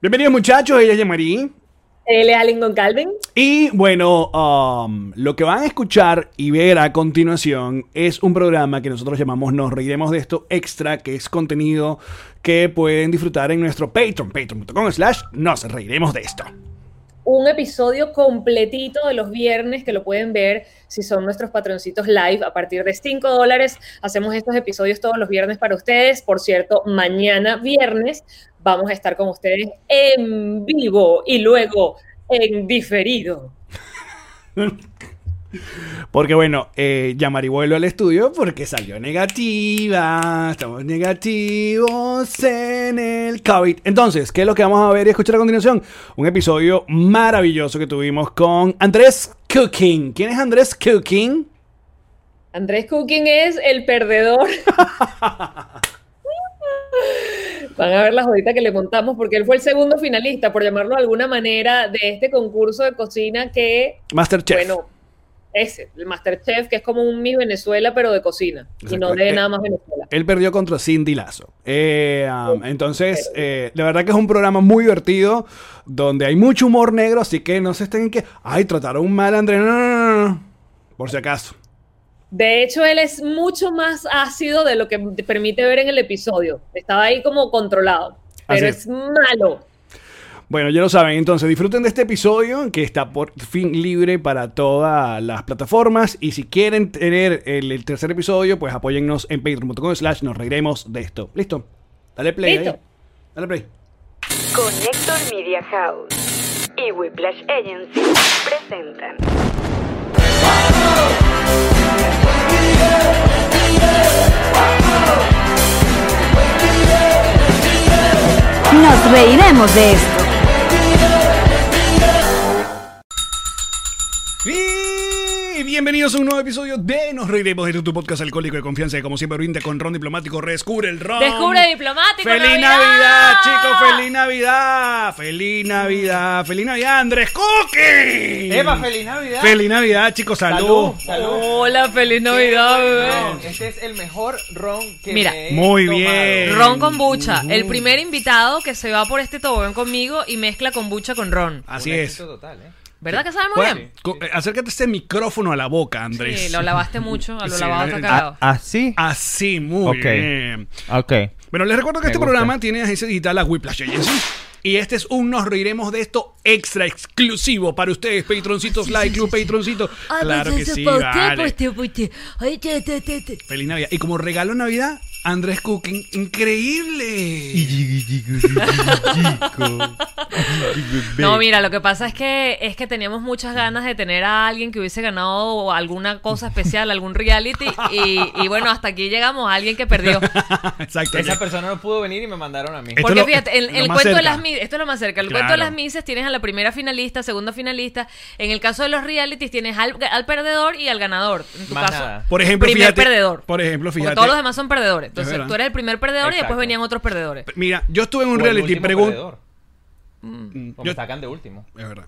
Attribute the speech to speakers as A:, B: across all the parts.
A: Bienvenidos muchachos, ella es Yamari.
B: Él es Allen con Calvin.
A: Y bueno, um, lo que van a escuchar y ver a continuación es un programa que nosotros llamamos Nos Reiremos de esto Extra, que es contenido que pueden disfrutar en nuestro Patreon, patreon.com slash Nos Reiremos de esto.
B: Un episodio completito de los viernes que lo pueden ver si son nuestros patroncitos live a partir de 5 dólares. Hacemos estos episodios todos los viernes para ustedes. Por cierto, mañana viernes vamos a estar con ustedes en vivo y luego en diferido.
A: Porque bueno, eh, Yamari vuelve al estudio porque salió negativa. Estamos negativos en el COVID. Entonces, ¿qué es lo que vamos a ver y escuchar a continuación? Un episodio maravilloso que tuvimos con Andrés Cooking. ¿Quién es Andrés Cooking?
B: Andrés Cooking es el perdedor. Van a ver la jodita que le montamos porque él fue el segundo finalista, por llamarlo de alguna manera, de este concurso de cocina que...
A: Masterchef.
B: Bueno, ese, el Masterchef, que es como un Miss Venezuela, pero de cocina. Y no de
A: Él-
B: nada más Venezuela.
A: Él perdió contra Cindy Lazo. Eh, um, entonces, eh, la verdad que es un programa muy divertido donde hay mucho humor negro, así que no se estén que. Ay, trataron mal a Andrés. No, no, no, no, no. Por si acaso.
B: De hecho, él es mucho más ácido de lo que te permite ver en el episodio. Estaba ahí como controlado. Pero
C: Ah,
A: Así
B: es malo.
A: Bueno, ya lo saben. Entonces, disfruten de este episodio que está por fin libre para todas las plataformas. Y si quieren tener el, el tercer episodio, pues apóyennos en patreon.com/slash. Nos reiremos de esto. ¿Listo? Dale play.
B: Listo.
A: ahí. Dale play.
D: Connector Media House y Whiplash Agency presentan.
E: Nos reiremos de esto.
A: Y bienvenidos a un nuevo episodio de Nos Reiremos de tu podcast alcohólico de confianza que como siempre brinda con ron diplomático. Redescubre el ron.
B: Descubre diplomático.
A: Oh, ¡Feliz Navidad, chicos! ¡Feliz Navidad! ¡Feliz Navidad! ¡Feliz Navidad, Andrés Cookie!
F: Eva, feliz Navidad.
A: ¡Feliz Navidad, chicos! ¡Salud!
F: Salud. Salud.
C: Hola, feliz Navidad,
F: No,
C: bebé.
F: este es el mejor ron que
C: Mira.
F: me he
A: Muy
F: tomado.
A: bien.
C: Ron con bucha, el primer invitado que se va por este tobogán conmigo y mezcla kombucha con ron.
A: Así
F: Un
A: es.
F: éxito total, ¿eh?
C: ¿Verdad que sabe muy
A: Bueno,
C: bien?
A: co- eh, acércate este micrófono a la boca, Andrés.
C: Sí, lo lavaste mucho, a lo
A: Sí,
C: lavado
A: eh,
C: está cagado.
G: ¿Así?
A: Así, muy
G: Ok.
A: bien.
G: Ok.
A: Bueno, les recuerdo que
G: Me
A: este
G: gusta.
A: programa tiene agencia digital la Whiplash Agency. Y este es un Nos Reiremos de esto extra exclusivo para ustedes, patroncitos, like, club, patroncitos. Claro que sí,
F: pues,
A: vale. Feliz Navidad. Y como regalo de Navidad, Andrés Cooking, increíble.
C: No, mira, lo que pasa es que es que teníamos muchas ganas de tener a alguien que hubiese ganado alguna cosa especial, algún reality y, y bueno, hasta aquí llegamos a alguien que perdió.
A: Exacto.
F: Esa persona no pudo venir y me mandaron a mí.
A: Esto
C: Porque
A: Este es lo-
C: fíjate, en,
A: lo
C: el
A: más
C: cuento de
A: cerca.
C: las mises, esto es lo más cerca, el
A: Claro.
C: cuento de las mises tienes a la primera finalista, segunda finalista, en el caso de los realities tienes al, al perdedor y al ganador, en tu
F: Más
C: caso.
F: nada.
A: Por ejemplo,
C: primer
A: fíjate-
C: perdedor.
A: por ejemplo,
C: Porque
A: fíjate-
C: todos los demás son perdedores. Entonces,
A: verdad.
C: tú eres el primer perdedor y después
F: Exacto.
C: venían otros perdedores.
A: Mira, yo estuve en
F: O
A: un
F: el
A: reality,
F: último
A: pregunto.
F: perdedor. O me
A: yo-
F: sacan de último.
A: Es verdad.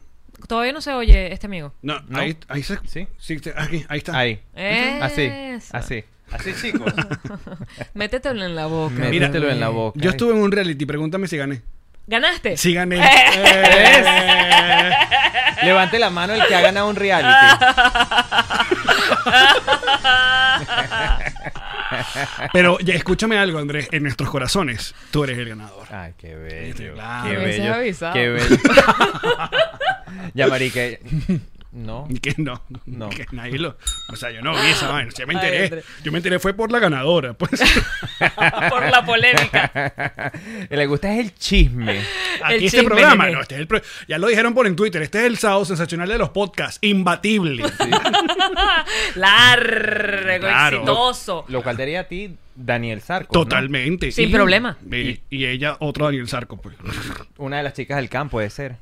C: Todavía no se oye este amigo.
A: No,
G: No.
A: Ahí, ahí se.
G: Sí.
A: te- aquí, ahí está.
G: Ahí. Así.
C: Eso.
G: Así.
F: Así, chicos.
C: Métetelo en la boca.
A: Mira,
G: Métetelo en la boca. eh.
A: Yo estuve en un reality, pregúntame si gané.
C: ¿Ganaste?
A: Si gané. Eh.
F: Levante la mano el que ha ganado un reality.
A: Pero ya, escúchame algo, Andrés. En nuestros corazones, tú eres el ganador.
G: Ay, qué bello.
A: Claro.
G: Qué
C: Me hubieses
G: bello.
C: avisado.
G: Qué bello. ya, marica.
F: No.
A: Que no,
G: No.
A: que nadie lo. O sea, yo no vi esa vaina. Yo me
C: Ay,
A: enteré.
C: Andrés.
A: Yo me enteré fue por la ganadora. Pues
C: Ah, Por la polémica.
G: Le gusta es el chisme.
A: aquí este
C: chisme,
A: programa,
C: nene.
A: no, este es el pro- ya lo dijeron por en Twitter. Este es el sábado sensacional de los podcasts, imbatible.
G: pues,
C: Largo,
A: Claro.
C: exitoso.
G: Lo cual te haría a ti, Daniel Sarco. ¿no?
A: Totalmente.
C: Sin
A: Y-
C: problema.
A: Y, y ella, otro Daniel Sarco, pues.
G: Una de las chicas del campo, puede ser.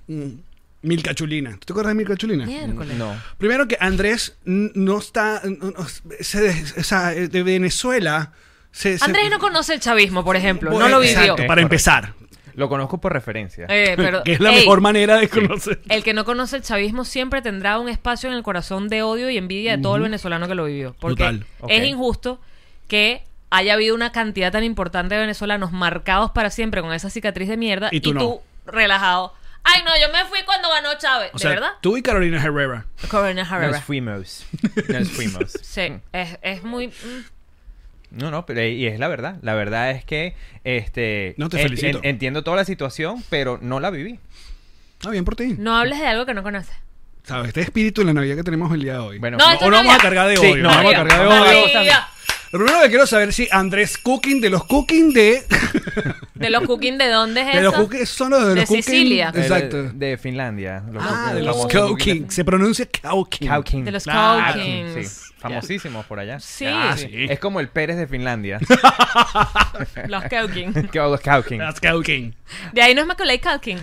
A: Mil Cachulina. ¿Tú te acuerdas de Mil Cachulina?
C: Miércoles.
G: No.
A: Primero que Andrés n- no está. no- no- se des- o sea, de Venezuela. se- se-
C: Andrés no conoce el chavismo, por ejemplo.
A: Bueno,
C: no lo vivió.
A: exacto, para empezar.
G: Lo conozco por referencia.
C: Eh, pero,
A: que es la
C: ey, Eh,
A: mejor manera de conocer.
C: El que no conoce el chavismo siempre tendrá un espacio en el corazón de odio y envidia de todo el venezolano que lo vivió. Porque
A: Total.
G: Ok.
C: es injusto que haya habido una cantidad tan importante de venezolanos marcados para siempre con esa cicatriz de mierda
A: Y tú no.
C: relajado. Ay, no, yo me fui cuando ganó Chávez.
A: O
C: ¿De
A: sea,
C: verdad?
A: tú y Carolina Herrera.
C: Corona
F: Nos
C: Herrera.
F: fuimos. Nos fuimos.
C: ah,
A: Mm.
C: Sí, es, es muy... mm.
F: No, no, pero y es la verdad. La verdad es que este
A: No, te
F: en-
A: felicito.
F: en- entiendo toda la situación, pero no la viví.
A: Está bien por ti.
C: No hables de algo que no conoces.
A: ¿Sabes? Este espíritu de la Navidad que tenemos el día de hoy.
F: Bueno,
C: No,
F: no,
C: esto
A: o
C: es
A: no vamos a
C: Navidad.
A: cargar de
F: Sí,
A: odio. no
F: no,
A: vamos a
F: Navidad.
A: cargar de
F: Navidad.
A: odio.
C: Navidad.
A: Lo primero que quiero saber es si Andrés Cooking de los Cooking de.
C: ¿De los cooking de dónde es
A: De
C: eso?
A: los Cooking son los de los
C: De
A: Cooking.
C: Sicilia.
F: de-
A: Exacto.
F: Eh, De, Finlandia. Los,
A: ah, de
F: el
A: los
F: famoso-
A: Cooking. Se pronuncia Cooking.
F: Cowking.
C: De los
A: Ah,
C: Coukins.
F: Sí, famosísimos por allá.
C: Sí,
A: Ah, sí.
F: Es como el Pérez de Finlandia.
C: los Coukins.
F: Que- los Cowking.
A: That's Cooking.
C: De ahí no es Macaulay Culkin.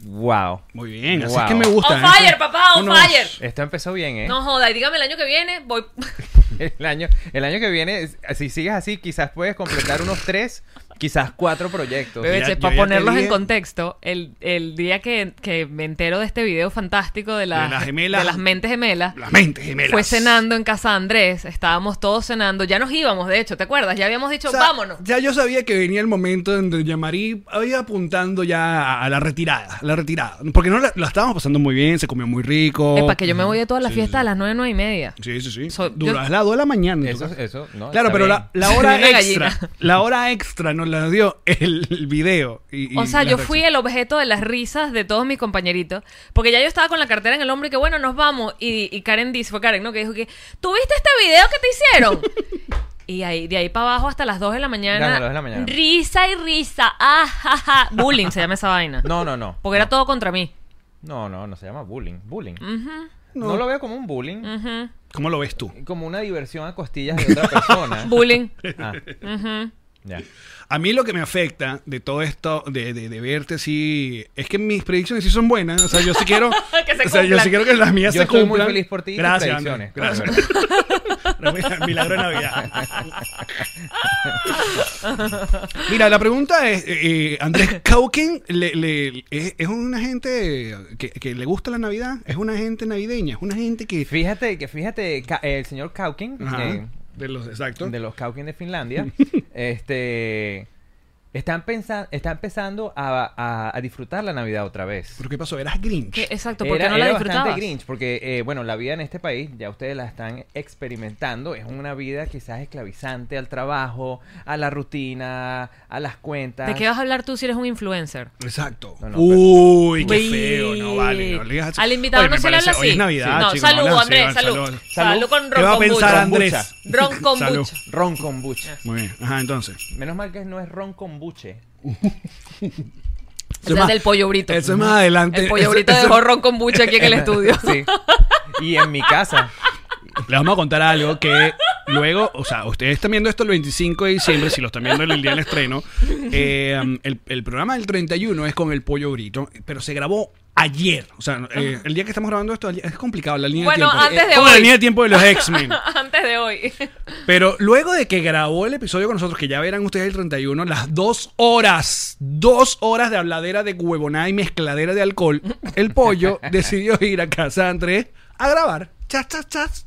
F: Wow.
A: Muy bien, así
F: Wow.
A: es que me gusta.
C: On
A: ¿eh?
C: fire, papá, on
A: Unos-
C: fire.
F: Esto empezó bien, ¿eh?
C: No joda, y dígame el año que viene, voy...
F: El año, el año que viene, si sigues así, quizás puedes completar unos tres, quizás cuatro proyectos.
A: Bebé.
C: Bebé,
A: Ya-
C: che,
A: yo ya
C: para
A: te
C: ponerlos en
A: dije-
C: contexto, el, el día que, que me entero de este video fantástico de, las-
A: De las gemelas.
C: de las mentes gemelas,
A: Las mentes gemelas.
C: fue cenando en casa de Andrés, estábamos todos cenando, ya nos íbamos, de hecho, ¿te acuerdas? Ya habíamos dicho,
A: O sea,
C: vámonos.
A: Ya yo sabía que venía el momento en donde Yamari iba apuntando ya a- a la retirada, a la retirada. Porque no la, la estábamos pasando muy bien, se comió muy rico.
C: Epa, que yo me voy de todas las
A: Sí,
C: fiestas
A: sí.
C: a las nueve, nueve y media.
A: Sí, sí, sí.
C: So,
A: Duró
C: yo-
A: a las 2 de la mañana. en tu
F: Eso,
A: casa.
F: eso, no,
A: claro,
F: está
A: pero
F: bien.
A: la, la hora
C: Una
A: extra,
C: gallina.
A: la hora extra nos la dio el, el video. y- y
C: O sea,
A: la
C: yo fui
A: reacción.
C: el objeto de las risas de todos mis compañeritos, porque ya yo estaba con la cartera en el hombro y que bueno, nos vamos. Y, y Karen dice, fue Karen, ¿no? Que dijo que, ¿tuviste este video que te hicieron? y ahí, de ahí para abajo hasta las 2 de la mañana,
F: Hasta las 2 de la mañana.
C: risa y risa, ah, ja, ja. bullying se llama esa vaina.
F: No, no, no.
C: Porque era todo contra mí.
F: No, no, no se llama bullying. Bullying.
A: No.
F: No. lo veo como un bullying,
C: Ujú.
A: ¿Cómo lo ves tú?
F: como una diversión a costillas de otra persona.
C: Bullying.
F: Ah,
C: Ujú.
F: ya.
A: A mí lo que me afecta de todo esto, de, de- de verte así, es que mis predicciones sí son buenas. O sea, yo sí quiero.
C: Que se
A: o sea, yo
C: cumplan.
A: sí quiero que las mías
F: Yo
A: se
F: estoy
A: cumplan.
F: muy feliz por ti y tus
A: Gracias.
F: predicciones.
A: Andrés, gracias. Milagro de Navidad. Mira, la pregunta es: eh, eh, ¿Andrés Cauquin le- le- es, es una gente que, que le gusta la Navidad? ¿Es una gente navideña? ¿Es una gente que.?
F: Fíjate que, fíjate, ca- el señor Kaukin,
A: Ajá,
F: eh,
A: de los, exacto.
F: de los Kaukin de Finlandia, este, están, pensa- está empezando a, a- a disfrutar la Navidad otra vez.
A: ¿Pero qué pasó? ¿Eras Grinch?
C: Que- Exacto, porque
F: Era-
C: no la
F: era
C: disfrutabas.
F: bastante Grinch, porque, eh, bueno, la vida en este país, ya ustedes la están experimentando, es una vida quizás esclavizante al trabajo, a la rutina, a las cuentas.
C: ¿De qué vas a hablar tú si eres un influencer?
A: Exacto.
F: No, no,
A: Uy, qué
C: Uy.
A: feo, no vale. No le digas así.
C: Al invitado
A: Oye,
C: no
A: me
C: se le habla
A: parece-
C: así.
A: Hoy es Navidad,
C: Sí. No,
A: chicos,
C: salud,
A: hablan así,
C: Andrés,
A: van,
C: salud. Salud, con ron
A: ¿Qué va a
C: con
A: pensar
C: bucha.
A: Andrés?
C: Ron con
A: Salud.
C: bucha.
F: Ron con buche.
A: Muy bien. Ajá, entonces.
F: Menos mal que no es ron con buche.
C: Ese es del pollo brito.
A: Eso es más adelante.
C: El pollo
A: Eso-
C: brito
A: eso-
C: dejó ron con bucha aquí en el estudio.
F: Sí. Y en mi casa.
A: Les vamos a contar algo que luego, o sea, ustedes están viendo esto el 25 de diciembre, si lo están viendo el día del estreno. eh, um, el, el programa del 31 es con el pollo grito, pero se grabó ayer. O sea, eh, el día que estamos grabando esto es complicado la línea
C: Bueno,
A: de tiempo.
C: antes de
A: Es como la
C: hoy.
A: línea de tiempo de los X-Men.
C: Antes de hoy.
A: Pero luego de que grabó el episodio con nosotros, que ya verán ustedes el 31, las dos horas, dos horas de habladera de huevonada y mezcladera de alcohol, el pollo decidió ir a casa de Andrés a grabar. Chas, chas, chas. chas.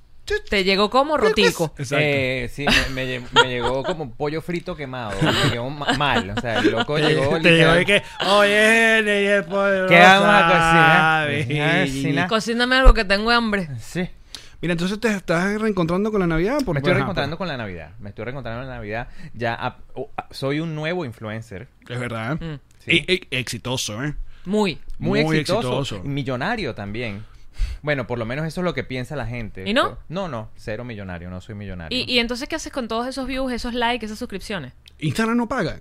C: Te llegó como rotico.
A: Exacto.
F: eh, sí, me, me lle- me llegó como un pollo frito quemado. Me llegó ma- mal. O sea, el loco
A: Te
F: llegó.
A: llegó- te llegó y que, oye, ella es poderosa.
F: ¿Qué vamos a cocinar?
A: ¿sabes?
F: Vamos a cocinar.
C: Cocíname algo que tengo hambre.
F: Sí.
A: Mira, entonces te estás reencontrando con la Navidad. Por-
F: Me estoy
A: ajá,
F: reencontrando con la Navidad. Me estoy reencontrando con la Navidad. Ya ap- o- a- soy un nuevo influencer.
A: por- Es verdad.
C: Mm.
A: Y- y- exitoso, ¿eh?
C: Muy.
F: Muy,
A: Muy
F: exitoso,
A: exitoso.
F: Millonario también. Bueno, por lo menos eso es lo que piensa la gente.
C: ¿Y no?
F: No, no. Cero millonario. No soy millonario.
C: ¿Y, y entonces qué haces con todos esos views, esos likes, esas suscripciones?
A: Instagram no paga.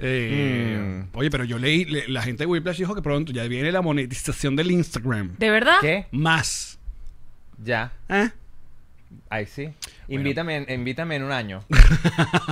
A: Eh,
F: Mm.
A: Oye, pero yo leí, le- la gente de Whiplash dijo que pronto ya viene la monetización del Instagram.
C: ¿De verdad?
F: ¿Qué?
A: Más.
F: Ya.
A: ¿Eh?
F: Ahí sí. Invítame, en- invítame en un año.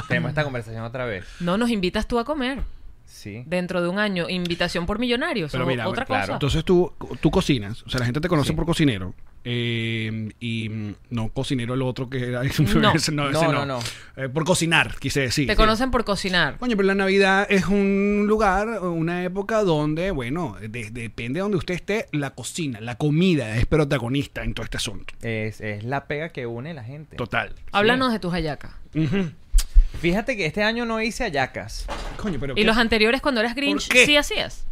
F: Tenemos esta conversación otra vez.
C: No nos invitas tú a comer
F: Sí.
C: dentro de un año. Invitación por millonarios.
A: Pero
C: o-
A: mira,
C: otra
F: claro.
C: cosa.
A: Entonces tú, tú cocinas, o sea, la gente te conoce
F: Sí.
A: por cocinero. eh, y mm, no cocinero el otro que era influencer,
F: No,
A: ese
F: no, no.
A: Eh, por cocinar, quise decir.
C: Te
A: Sí.
C: conocen por cocinar.
A: Coño, pero la Navidad es un lugar, una época donde, bueno, de- depende de donde usted esté, la cocina, la comida es protagonista en todo este asunto.
F: Es, es la pega que une la
C: Ah,
F: gente.
A: Total.
C: Háblanos de tus hallacas.
F: Fíjate que este año no hice ayacas.
A: Coño, pero.
C: Y
A: qué-
C: los anteriores cuando eras Grinch
A: ¿Por qué?
C: sí hacías.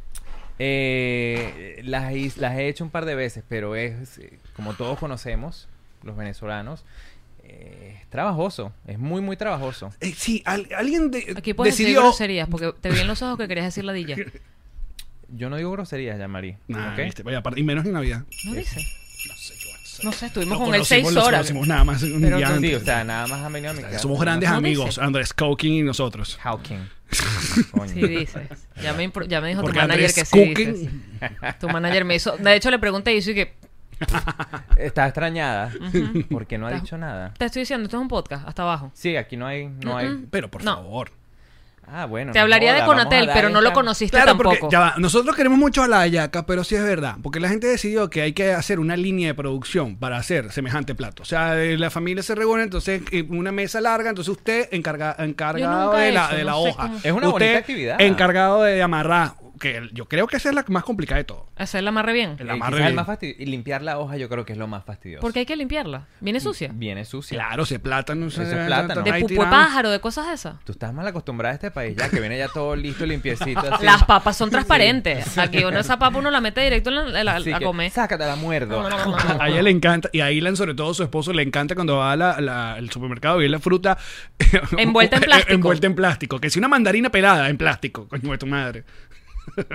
F: Eh, las, hice- las he hecho un par de veces, pero es, eh, como todos conocemos, los venezolanos, eh, es trabajoso, es muy, muy trabajoso.
A: Eh, sí, al- alguien de-
C: Aquí puedes
A: decidió.
C: decir groserías porque te vi en los ojos que querías decir ladilla.
F: Yo no digo groserías, Yamari.
A: Nah,
F: ¿ok?
A: viste, vaya, aparte- y menos en Navidad.
C: No dice.
A: No sé qué va a hacer.
C: No sé, estuvimos
A: Lo
C: con él
A: conocimos,
C: seis
A: lo
C: horas.
A: conocimos nada más un
F: Pero
A: día
F: sí, o
A: antes.
F: sea, nada más han venido a mi casa.
A: Somos grandes
C: No
A: amigos,
C: dice.
A: Andrés Coking y nosotros.
F: Hawking. Coño.
C: Sí dices. Ya me, impro- ya me dijo tu
A: Porque
C: manager
A: Andrés
C: que sí
A: Cooking.
C: dices. Tu manager me hizo... De hecho, le pregunté y yo que...
F: Está extrañada porque no ha
C: Estás-
F: dicho nada.
C: Te estoy diciendo, esto es un podcast, hasta abajo.
F: Sí, aquí no hay, no hay.
A: Pero por
C: No.
A: favor.
F: Ah, bueno.
C: Te
F: no
C: hablaría de
F: joda, vamos a
C: Conatel,
F: dar
C: pero no lo
F: esta-
C: conociste
A: Claro, porque
C: Este tampoco.
A: ya va, nosotros queremos mucho a la hallaca, pero sí es verdad, porque la gente decidió que hay que hacer una línea de producción para hacer semejante plato. O sea, eh, la familia se reúne, entonces eh, una mesa larga, entonces usted encarga, encargado
C: nunca
A: de
C: he
A: la,
C: hecho,
A: de
C: no
A: la
C: sé
A: hoja.
C: cómo-
F: Es una
A: Usted
F: bonita actividad.
A: Encargado de amarrar, que el- yo creo que esa es la más complicada de todo.
C: Hacerla amarre bien.
A: El
F: Eh,
A: amarre
F: quizás el
A: bien.
F: más fastidio- Y limpiar la hoja yo creo que es lo más fastidioso.
C: Porque hay que limpiarla. Viene sucia.
F: Viene sucia.
A: Claro, se plátano, se
F: Eso es plátano.
C: De
A: Mm, ahí
C: pupo de
A: tirado.
C: pájaro, de cosas de esas.
F: Tú estás mal acostumbrada a este país ya, que viene ya todo listo, limpiecito. Así.
C: Las papas son transparentes. Aquí uno esa papa uno la mete directo en la, la-
F: Así
C: a
F: que,
C: comer.
F: Sácate la muerdo.
A: A ella le encanta, y a Ilan, sobre todo su esposo, le encanta cuando va al supermercado y ve la fruta
C: Envuelta en plástico.
A: envuelta en plástico. Que si una mandarina pelada en plástico, coño de tu madre.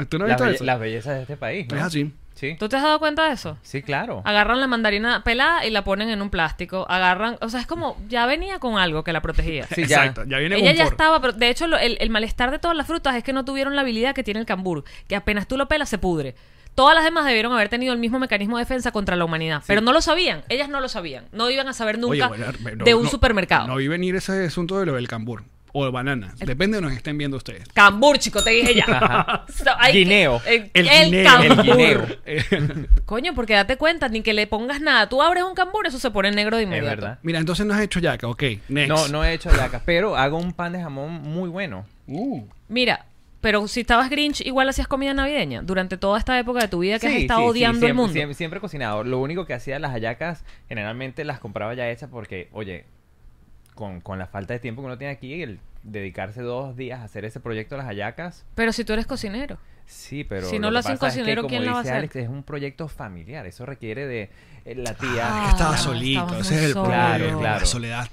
A: ¿Tú no has
F: Las,
A: visto
F: belle-
A: eso?
F: las bellezas de este país. ¿no?
A: Es así.
F: Sí.
C: ¿Tú te has dado cuenta de eso?
F: Sí, claro.
C: Agarran la mandarina pelada y la ponen en un plástico. Agarran, o sea, es como ya venía con algo que la protegía.
F: Sí, ya.
A: Exacto, ya viene
C: Ella
A: con
C: ya
A: por.
C: estaba, pero de hecho lo- el, el malestar de todas las frutas es que no tuvieron la habilidad que tiene el cambur, que apenas tú lo pelas se pudre. Todas las demás debieron haber tenido el mismo mecanismo de defensa contra la humanidad, pero no lo sabían, ellas no lo sabían, no iban a saber
A: Oye,
C: nunca
A: bueno, eh, no-
C: de un
A: no-
C: supermercado.
A: No vi venir ese asunto de lo del cambur o banana. Depende de donde estén viendo ustedes.
C: Cambur, chico, te dije ya. So, hay que-
F: Guineo.
C: El,
A: El
C: el
A: guineo. Eh,
C: cambur.
F: El guineo.
C: Coño, porque date cuenta, ni que le pongas nada. Tú abres un cambur, eso se pone negro de
F: Es
C: inmediato.
F: verdad.
A: Mira, entonces no has hecho yaca, ok. Next.
F: No, no he hecho yacas, pero hago un pan de jamón muy bueno.
A: Uh,
C: Mira, pero si estabas Grinch, igual hacías comida navideña durante toda esta época de tu vida que has
F: Sí,
C: estado
F: sí, sí,
C: odiando
F: siempre,
C: el mundo.
F: Siempre, siempre he cocinado. Lo único que hacía las hallacas, generalmente las compraba ya hechas porque, oye, con, con la falta de tiempo que uno tiene aquí, el dedicarse dos días a hacer ese proyecto de las hallacas,
C: Pero si tú eres cocinero.
F: sí, pero...
C: Si no lo
F: que
C: hace un
F: pasa es que,
C: cocinero,
F: como
C: ¿quién lo va a
F: dice
C: hacer?
F: Alex, es un proyecto familiar, eso requiere de eh, la tía...
C: Ah,
A: estaba
C: Ah,
A: solito,
C: estabas
A: ese es el
C: muy
A: problema.
F: solo.
A: La
F: Claro.
A: soledad.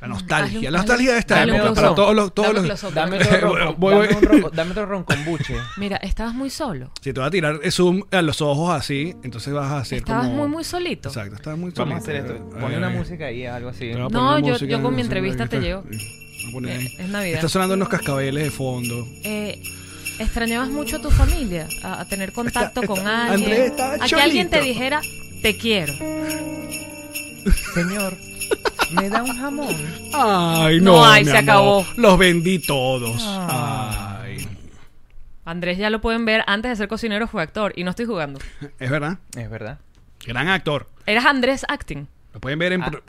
A: La
C: Hazle
A: nostalgia.
C: un-
A: La nostalgia de esta
C: dale un
A: época.
C: close-up.
A: Para todos los. Todos
C: Dame un
A: los
C: close-up.
F: Dame otro ron,
A: Voy- voy-
F: dame un ron- dame otro ron con buche.
C: Mira, estabas muy solo.
A: Si te vas a tirar zoom a los ojos así, entonces vas a hacer
C: Estabas
A: como...
C: muy, muy solito.
A: Exacto, estabas muy solito. Eh,
F: Vamos a hacer esto. Pon una música ahí, algo así.
C: No, yo- yo con mi entrevista te llevo. Eh, es Navidad.
A: Está sonando unos cascabeles de fondo.
C: Eh, extrañabas mucho a tu familia, a, a tener contacto
A: Está-
C: con
A: está-
C: alguien.
A: Andrés está
C: a que alguien te
A: cholito.
C: dijera, te quiero.
F: Señor, me da un jamón.
A: Ay, no,
C: No, ay,
A: mi
C: se
A: amor.
C: acabó. Ah.
A: Los vendí todos. Ay.
C: Andrés ya lo pueden ver, antes de ser cocinero fue actor y no estoy jugando.
A: Es verdad.
F: Es verdad.
A: Gran actor.
C: Eras Andrés Acting.
A: Lo pueden ver
C: Ah.
A: en... pro-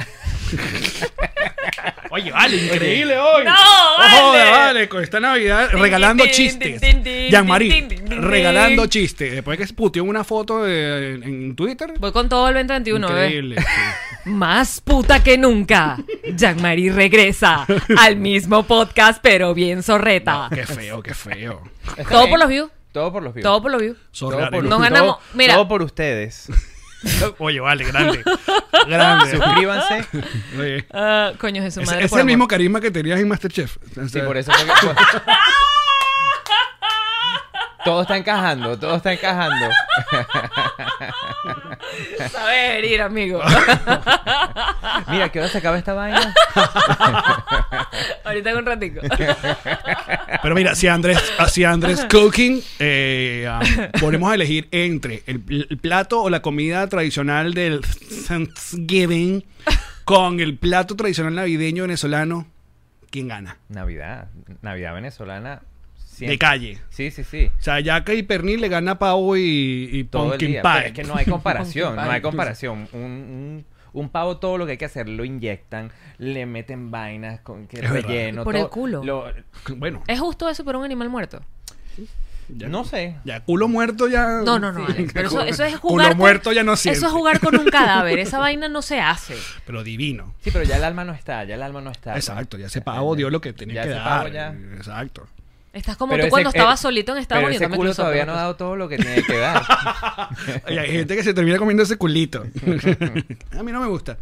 A: Oye, vale, increíble hoy.
C: ¡No,
A: Ojo,
C: vale!
A: vale, con esta Navidad
C: Tin,
A: regalando
C: tin, tin,
A: chistes.
C: tin, tin,
A: Jean-Marie,
C: tin, tin, tin,
A: regalando
C: tin.
A: chistes. Después que se puteó una foto de- en, en Twitter.
C: Voy con todo el 2021, bebé.
A: Increíble. sí.
C: Más puta que nunca. Jean-Marie regresa al mismo podcast, pero bien zorreta.
A: Qué feo, qué feo.
C: Ah. Todo por los views.
F: Todo por los views.
C: Todo por los views.
A: Sorry,
F: por-
A: Ale.
C: Nos ganamos.
F: todo-
C: Mira.
F: Todo por ustedes.
A: Oye, vale, grande. grande.
F: Suscríbanse.
A: Oye.
C: Ah, coño, Jesús,
A: Es,
C: madre.
A: es
C: por
A: el
C: amor.
A: mismo carisma que tenías en Masterchef. O
F: Sí,
A: sea,
F: por eso fue que- Todo está encajando, todo está encajando.
C: Saber ir, amigo.
F: Mira, ¿qué hora se acaba esta vaina?
C: Ahorita en un ratico.
A: Pero mira, si Andrés, ah, si Andrés Cooking, eh, ah, ponemos a elegir entre el, pl- el plato o la comida tradicional del Thanksgiving con el plato tradicional navideño venezolano, ¿quién gana?
F: Navidad, Navidad venezolana. siempre.
A: De calle.
F: Sí, sí, sí.
A: O sea, yaca y pernil le gana a pavo y, y
F: Todo
A: pumpkin
F: el día.
A: pie.
F: Pero es que no hay comparación,
A: Pumpkin
F: no
A: pie.
F: hay comparación. Un, un, un pavo todo lo que hay que hacer, lo inyectan, le meten vainas con que
A: Es verdad.
F: relleno.
C: Por
F: todo-
C: el culo.
F: lo-
A: Bueno,
C: ¿Es justo eso por un animal muerto?
A: Ya-
F: No sé.
A: Ya culo muerto ya.
C: No, no, no,
A: Sí,
C: Alex, pero eso,
A: culo-
C: eso es jugar.
A: Culo
C: con-
A: muerto ya no sirve.
C: Eso es jugar con un cadáver. Esa vaina no se hace.
A: Pero divino.
F: Sí, pero ya el alma no está, ya el alma no está.
A: Exacto, ya se pagó, dio lo que tenía
F: Ya
A: que
F: ese
A: dar.
F: pavo ya.
A: Exacto.
C: Estás como
F: Pero
C: tú
F: ese-
C: cuando estabas
F: eh,
C: solito en Estados
F: pero
C: Unidos.
F: ese
C: dame
F: culo
C: close-up,
F: todavía
C: dame
F: no ha
C: close-up.
F: dado todo lo que tiene que dar.
A: Y hay gente que se termina comiendo ese culito. a mí no me gusta.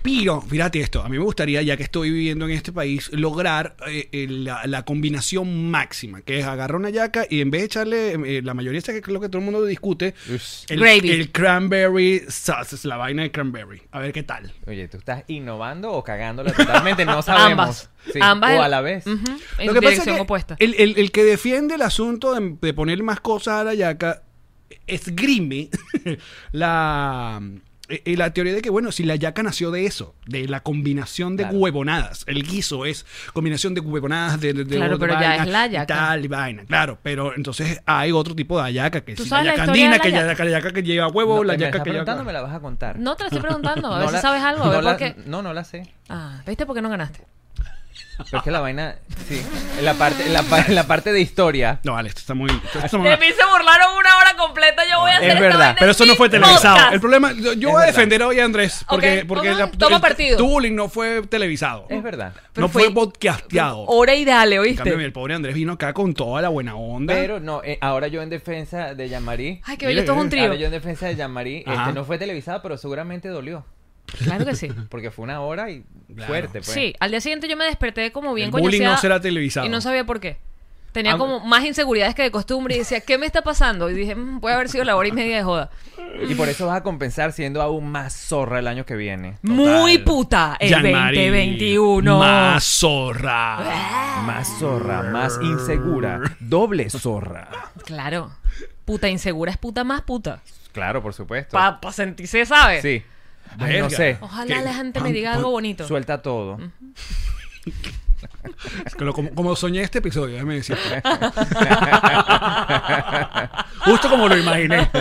A: Pero, fíjate esto, a mí me gustaría, ya que estoy viviendo en este país, lograr eh, eh, la, la combinación máxima, que es agarrar una yaca y en vez de echarle eh, la mayoría, esa que es lo que todo el mundo discute,
F: Ush.
A: el,
C: Gravy.
A: el cranberry sauce, es la vaina de cranberry. A ver qué tal.
F: Oye, ¿tú estás innovando o cagándola totalmente? No sabemos.
C: Ambas.
F: Sí,
C: Ambas.
F: O a la vez.
C: Ujú, en
A: Lo que pasa es
C: dirección
A: que
C: opuesta.
A: El, el- el que defiende el asunto de, de poner más cosas a la yaca esgrime la, eh, la teoría de que, bueno, si la yaca nació de eso, de la combinación de
F: Claro.
A: huevonadas. El guiso es combinación de huevonadas, de, de- de
C: Claro,
A: otra
C: pero ya
A: vaina,
C: es la
A: y
C: yaca.
A: Tal y vaina, claro. Pero entonces hay otro tipo de ayaca, que
C: ¿Tú
A: es la
C: sabes la
A: yaca
C: historia
A: andina,
C: de la
A: que ya-
C: yaca?
A: la yaca que lleva huevo,
F: No, eh,
A: la
F: me
A: yaca
F: estás
A: que
F: preguntando, me
A: lleva...
F: la vas a contar.
C: No te la estoy preguntando. A ver
F: No
C: si
F: la-
C: sabes algo. A
F: no
C: ver
F: la-
C: por qué.
F: No, no la sé.
C: Ah, ¿viste por qué no ganaste?
F: Pero es que la vaina... Sí. En la parte, en la, pa- en la parte de historia...
A: No, vale, esto está muy... esto está muy-
C: De mí se burlaron una hora completa. Yo voy a
F: Es
C: hacer esta
F: verdad,
C: vaina en
A: Pero eso no
C: mi
A: fue televisado.
C: podcast.
A: El problema, yo, yo
F: Es
A: voy a
F: verdad.
A: defender hoy a Andrés porque,
C: Ok,
A: porque
C: ok,
A: la-
C: toma
A: el-
C: partido.
A: tu bullying no fue televisado.
F: Es verdad.
C: Pero
A: no fue
C: fue- Oh,
A: podcasteado.
C: Hora y dale,
A: En cambio, el
C: ¿oíste?
A: pobre Andrés vino acá con toda la buena onda.
F: Pero no, eh, ahora yo en defensa de Yamari...
C: Ay, qué bello, esto es un trío.
F: Ahora yo en defensa de Yamari...
A: Ajá.
F: Este, no fue televisada, pero seguramente dolió.
C: Claro que sí.
F: Porque fue una hora y
A: Claro.
F: fuerte, pues.
C: Sí, al día siguiente yo me desperté como bien
A: El bullying
C: coñaseada
A: no será televisado. Ah,
C: Y no sabía por qué. Tenía
F: Am-
C: como más inseguridades que de costumbre y decía, ¿qué me está pasando? Y dije, "Mm, puede haber sido la hora y media de joda.
F: Y por eso vas a compensar siendo aún más zorra el año que viene.
C: Muy puta el
A: Jean-Marie,
C: 2021.
A: Más zorra.
F: Más zorra, más insegura, doble zorra.
C: Claro. Puta insegura es puta más puta.
F: Claro, por supuesto.
C: Para sentirse, ¿sabes?
F: Sí. Ay,
A: Verga.
F: no sé.
C: Ojalá
A: ¿Qué?
C: la gente me diga
A: Pam,
C: algo
A: pam,
C: bonito.
F: Suelta todo.
A: Es que lo- como, como soñé este episodio, déjame decir. Justo como lo imaginé.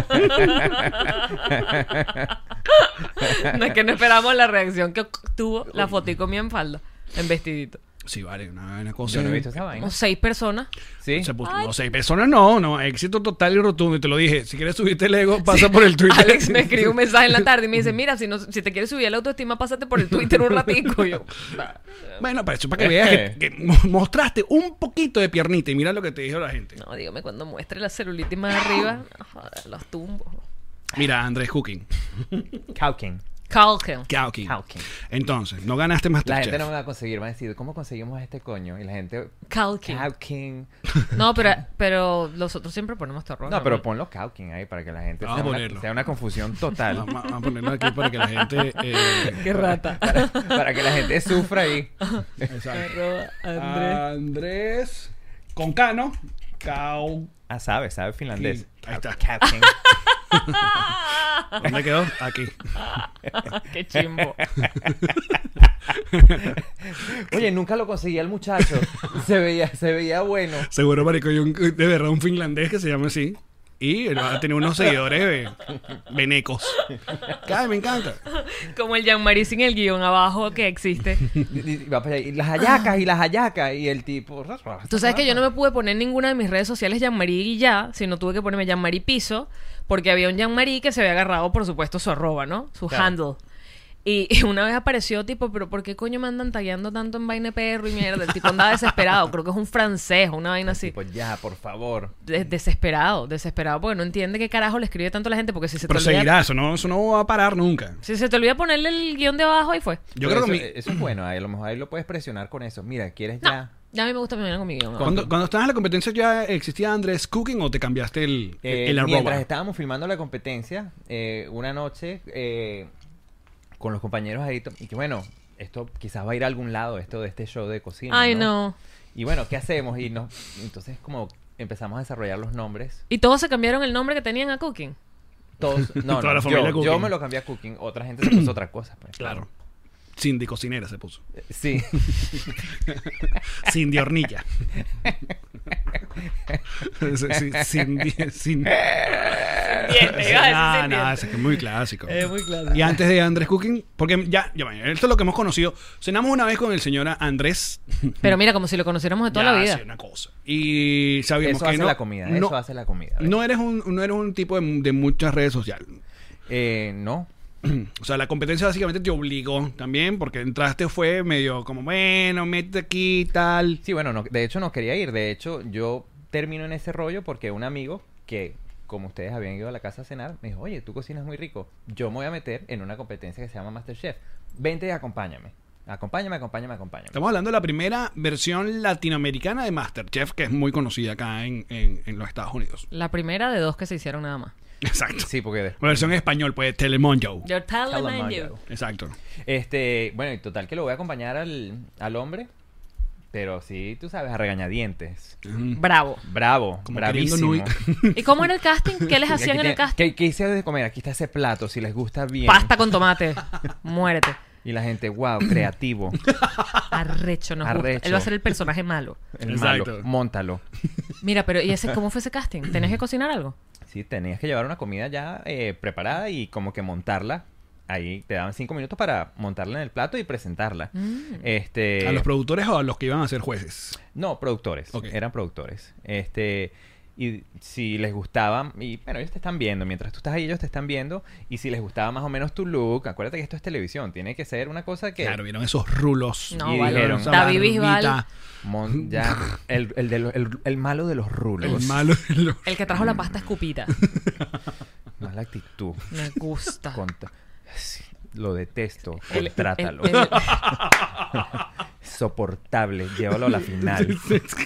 C: no es que no esperamos la reacción que tuvo la fotico mía en falda, en vestidito.
A: Sí, vale, una, una cosa.
F: Yo no he visto esa vaina.
C: Como seis personas.
F: Sí.
A: Se puso- no, seis personas no, no, éxito total y rotundo. Y te lo dije, si quieres subirte el ego, pasa por el Twitter.
C: Alex me escribe un mensaje en la tarde y me dice, mira, si, no, si te quieres subir a la autoestima, pásate por el Twitter un ratico. Y yo,
A: Bueno, pero eso para que veas que, que mo- mostraste un poquito de piernita y mira lo que te dijo la gente.
C: no, dígame cuando muestre la celulitis más arriba, no, joder, los tumbos.
A: Mira, Andrés Cooking.
F: Cauquin.
C: Calkin.
A: Cooking.
F: Cauquin.
A: Entonces, no ganaste
F: La
A: Masterchef.
F: gente no me va a conseguir. Va a decir, ¿cómo conseguimos a este coño? Y la gente.
C: Calkin.
F: Cauquin.
C: No, pero, pero nosotros siempre ponemos terror.
F: No, pero ponlo Cauquin ahí para que la gente.
A: Vamos
F: sea
A: a
F: una-
A: ponerlo.
F: sea una confusión total.
A: Vamos a ponerlo aquí para que la gente. eh,
C: Qué rata.
F: para, para que la gente sufra ahí.
A: exacto.
C: Arroba Andrés.
A: Andrés. Con Cano. Cau.
F: Ah, sabe, sabe finlandés.
A: Ahí está.
F: Cauquin.
A: ¿Dónde quedó? Aquí.
F: Ah.
C: Qué chimbo.
F: Oye, nunca lo conseguí al muchacho. Se veía, se veía bueno.
A: Seguro, marico, hay un, de verdad un finlandés que se llama así. Y él va a tener unos seguidores de venecos. Ay, me encanta.
C: Como el Jean-Marie sin el guión abajo que existe.
F: Y- y- y va para allá, y las hallacas y las hallacas y el tipo
C: Tú sabes que yo no me pude poner en ninguna de mis redes sociales Jean-Marie y ya, sino tuve que ponerme Jean-Marie Piso, porque había un Jean-Marie que se había agarrado, por supuesto, su arroba, ¿no? Su
F: Claro.
C: handle. Y, y una vez apareció, tipo, pero ¿por qué coño me andan tagueando tanto en vaina de perro y mierda? El tipo andaba desesperado, creo que es un francés, una vaina así.
F: tipo ya por favor
C: De- desesperado, desesperado, porque no entiende qué carajo le escribe tanto a la gente, porque si se te
A: Pero
C: olvida...
A: seguirá, eso no, eso no va a parar nunca.
C: Si se te olvida ponerle el guión de abajo, ahí fue.
A: Yo
F: Pero
A: creo que mi-
F: eso, eh, eso es bueno ahí a lo mejor ahí lo puedes presionar con eso mira quieres
C: No,
F: ya
C: ya a mí me gusta primero con mi guión. abajo.
A: Cuando, cuando estabas en la competencia ya existía Andrés Cooking o te cambiaste el,
F: Eh,
A: el arroba.
F: mientras estábamos filmando la competencia eh, una noche eh, con los compañeros ahí to- y que bueno esto quizás va a ir a algún lado esto de este show de cocina
C: Ay, no.
F: y bueno qué hacemos y nos entonces como empezamos a desarrollar los nombres
C: Y todos se cambiaron el nombre que tenían a Cooking.
F: todos no,
A: Toda
F: no,
A: la
F: yo,
A: familia
F: yo
A: Cooking.
F: me lo cambié a cooking otra gente se puso otra cosa pues.
A: Claro. Cindy cocinera se puso.
F: sí
A: Cindy hornilla. Sí, sí, Cindy, Cindy,
C: Independiente.
A: Ah, no,
C: iba a decir independiente.
A: ese es muy clásico.
C: Es muy clásico.
A: Y antes de Andrés Cooking, porque ya, ya, bueno, esto es lo que hemos conocido. Cenamos una vez con el señor Andrés.
C: Pero mira, como si lo conociéramos de toda la
A: Ya,
C: vida.
A: sí, una cosa. Y sabíamos
F: Eso
A: que
F: hace
A: no,
F: la comida,
A: no-
F: eso hace la comida. ¿ves?
A: No eres un, no eres un tipo de, de muchas redes sociales.
F: Eh, no.
A: O sea, la competencia básicamente te obligó también, porque entraste fue medio como, bueno, métete aquí y tal.
F: Sí, bueno, no- de hecho no quería ir. De hecho, yo termino en ese rollo porque un amigo que, como ustedes habían ido a la casa a cenar, me dijo, oye, tú cocinas muy rico. Yo me voy a meter en una competencia que se llama Masterchef. Vente y acompáñame. Acompáñame, acompáñame, acompáñame.
A: Estamos hablando de la primera versión latinoamericana de Masterchef, que es muy conocida acá en, en- en los Estados Unidos.
C: La primera de dos que se hicieron nada más.
A: Exacto.
F: Sí, porque de-
A: Una versión en español, pues, Telemundo.
C: You're telling
F: Calamar,
C: you.
F: yo.
A: Exacto.
F: Este, bueno, y total que lo voy a acompañar al, al hombre, pero sí, tú sabes, a regañadientes.
C: Bravo.
F: Bravo,
A: Como
F: bravísimo.
A: queriendo
C: ¿Y cómo era el casting? ¿Qué les
F: Aquí
C: hacían en
F: tiene-
C: el casting?
F: ¿Qué, qué hice de comer? Aquí está ese plato, si les gusta bien.
C: Pasta con tomate. Muérete.
F: Y la gente, wow, creativo.
C: Arrecho, nos gusta.
F: Arrecho.
C: Él va a ser el personaje malo.
F: El malo,
A: Exacto.
F: móntalo.
C: Mira, pero ¿y ese cómo fue ese casting? ¿Tenías que cocinar algo?
F: Sí, tenías que llevar una comida ya eh, preparada y como que montarla. Ahí te daban cinco minutos para montarla en el plato y presentarla.
C: Mm.
F: Este,
A: ¿A los productores o a los que iban a ser jueces?
F: No, productores.
A: Ok.
F: Eran productores. Este, y si les gustaba, y bueno, ellos te están viendo, mientras tú estás ahí, ellos te están viendo, y si les gustaba más o menos tu look, acuérdate que esto es televisión, tiene que ser una cosa que...
A: Claro, vieron esos rulos.
C: No,
A: Y
F: vale.
A: vieron esa
C: David
A: barbita,
C: Bisbal.
F: mon- ya, el, el de los- el- el malo de los rulos.
A: El malo.
C: El que trajo la pasta escupita.
F: Mala actitud.
C: Me
A: Ah.
C: gusta.
F: Contra- Sí, Lo detesto.
C: El- el-
F: Contrátalo.
C: el-
F: Soportable. Llévalo a la final.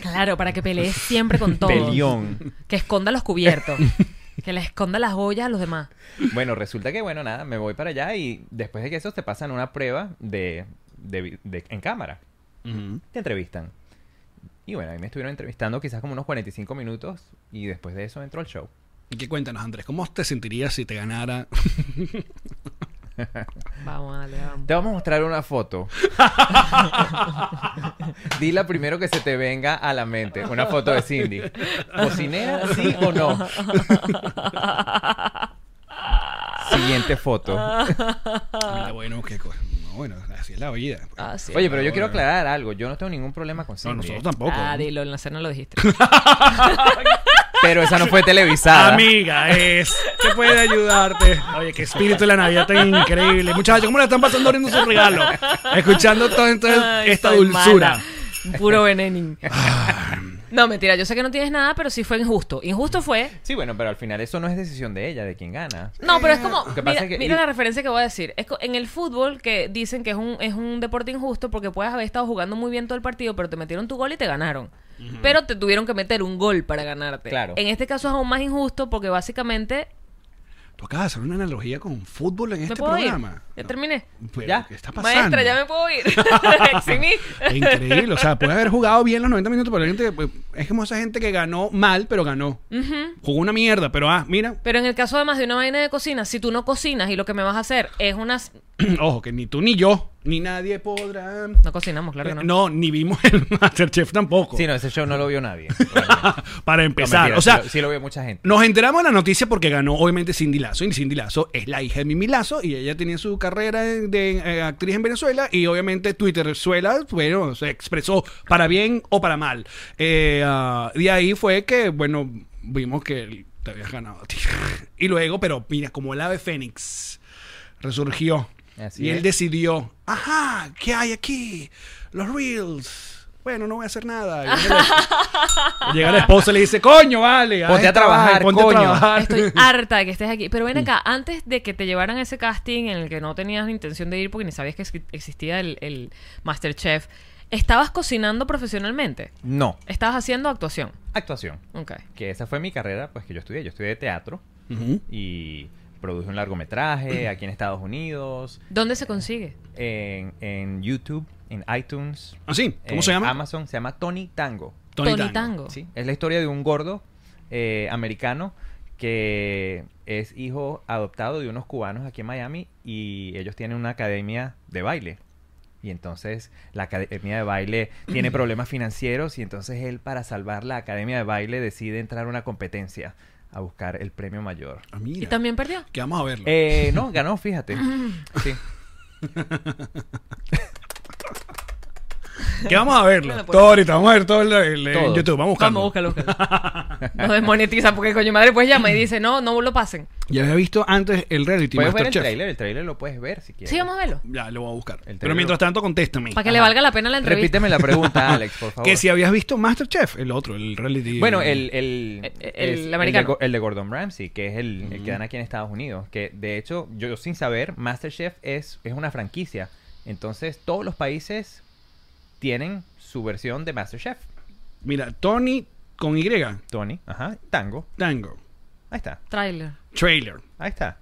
C: claro, para que pelees siempre con todo.
F: Peleón.
C: Que esconda los cubiertos. Que le esconda las ollas a los demás.
F: Bueno, resulta que, bueno, nada, me voy para allá y después de que eso te pasan una prueba de, de vi- de- en cámara.
A: Ujú.
F: Te entrevistan. Y bueno, ahí me estuvieron entrevistando quizás como unos 45 minutos y después de eso entró el show.
A: ¿Y qué cuéntanos, Andrés? ¿Cómo te sentirías si te ganara?
C: Vamos, dale, vamos.
F: Te vamos a mostrar una foto. Di la primero que se te venga a la mente. Una foto de Cindy. ¿Cocinera, sí o no? Siguiente foto.
A: Mira, bueno, qué cosa. No, bueno, así es la vida.
C: Ah, sí.
F: Oye, pero yo quiero aclarar algo. Yo no tengo ningún problema con
A: no,
F: Cindy.
A: nosotros tampoco.
C: Ah, dilo, en la cena lo dijiste.
F: Pero esa no fue televisada.
A: Amiga, es que puede ayudarte. Oye, qué espíritu de la Navidad tan increíble. Muchachos, ¿cómo le están pasando abriendo su regalo? Escuchando toda esta,
C: Ay,
A: esta
C: soy
A: dulzura.
C: mala. Puro venenín. no, mentira, yo sé que no tienes nada, pero sí fue injusto. Injusto fue.
F: Sí, bueno, pero al final eso no es decisión de ella, de quien gana.
C: No, pero es como.
F: Lo que pasa
C: Mira,
F: es que-
C: mira
F: y-
C: la referencia que voy a decir. Es co- en el fútbol que dicen que es un, es un deporte injusto porque puedes haber estado jugando muy bien todo el partido, pero te metieron tu gol y te ganaron. Pero te tuvieron que meter un gol para ganarte.
F: Claro.
C: En este caso es aún más injusto porque básicamente.
A: Tú acabas de hacer una analogía con fútbol en
C: ¿Me
A: este
C: puedo
A: programa.
C: ir? Ya
A: No,
C: terminé.
A: pero
F: Ya.
A: ¿Qué está pasando?
C: Maestra, ya me puedo ir. Eximí.
A: Increíble, o sea, puede haber jugado bien los 90 minutos, pero la gente, pues, es como esa gente que ganó mal, pero ganó. Jugó una mierda, pero ah, mira,
C: Pero en el caso además de una vaina de cocina, si tú no cocinas y lo que me vas a hacer es unas...
A: ojo, que ni tú ni yo, ni nadie podrá.
C: No cocinamos, claro que no.
A: Eh, no. ni vimos el Masterchef tampoco. Ah,
F: Sí, no, ese show no lo vio nadie.
A: Para empezar,
F: No, mentira,
A: o sea,
F: sí lo- sí lo vio mucha gente.
A: Nos enteramos de la noticia porque ganó obviamente Cindy Lazo. Y Cindy Lazo es la hija de Mimi Lazo y ella tenía su carrera de, eh, actriz en Venezuela y obviamente Twitter Venezuela, bueno, se expresó para bien o para mal. Eh, ah, de ahí fue que, bueno, vimos que te habías ganado a ti. Y luego, pero mira, como el ave fénix resurgió
F: Así
A: y él
F: es.
A: decidió, ajá, ¿qué hay aquí? Los reels. Bueno, no voy a hacer nada. Y viene la- Llega la esposa y le dice, coño, vale.
F: Ponte
A: ay,
F: a trabajar,
A: ponte a
F: coño".
A: trabajar".
C: Estoy harta de que estés aquí. Pero ven acá, antes de que te llevaran a ese casting en el que no tenías ni intención de ir porque ni sabías que ex- existía el, el Masterchef, ¿estabas cocinando profesionalmente?
F: No,
C: ¿Estabas haciendo actuación?
F: actuación.
C: Ok.
F: Que esa fue mi carrera, pues que yo estudié. Yo estudié teatro y produje un largometraje aquí en Estados Unidos,
C: ¿Dónde se consigue?
F: en, en YouTube, en iTunes.
A: ¿Ah, sí? ¿Cómo
F: en
A: se llama?
F: Amazon, se llama Eh, Tony Tango.
A: Tony Tango.
F: Sí, es la historia de un gordo eh, americano que es hijo adoptado de unos cubanos aquí en Miami y ellos tienen una academia de baile. Y entonces la academia de baile tiene problemas financieros y entonces él para salvar la academia de baile decide entrar a una competencia a buscar el premio mayor.
A: Ah, mira.
C: Y también perdió.
A: Que vamos a verlo.
F: Eh, no, ganó, fíjate. Sí.
A: que vamos a verlo.
C: Bueno, pues.
A: Todo ahorita, vamos a ver todo el, el- el
F: Todo.
A: YouTube. Vamos buscando.
C: Vamos, búscalo, búscalo. Nos desmonetiza porque coño madre pues llama y dice, no, no lo pasen.
A: Ya había visto antes el reality
F: Puedes ver el
A: Masterchef.
F: trailer, el trailer lo puedes ver si quieres.
C: Sí, vamos a verlo.
A: Ya lo voy a buscar.
F: trailer.
A: Pero mientras tanto, contéstame.
C: Para que le valga la pena la entrevista.
F: Repíteme la pregunta, Alex, por favor.
A: Que si habías visto Masterchef, el otro, el reality.
F: Bueno, el, el,
C: El- el
F: es de
C: americano.
F: Go- El de, Gordon Ramsay, que es el, el que dan aquí en Estados Unidos. Que de hecho, yo, yo sin saber, Masterchef es, es una franquicia. Entonces, todos los países tienen su versión de Masterchef.
A: Mira, Tony con Y,
F: Tony, ajá, Tango.
A: Tango,
F: Ahí está,
C: Trailer.
A: Trailer.
F: ahí está.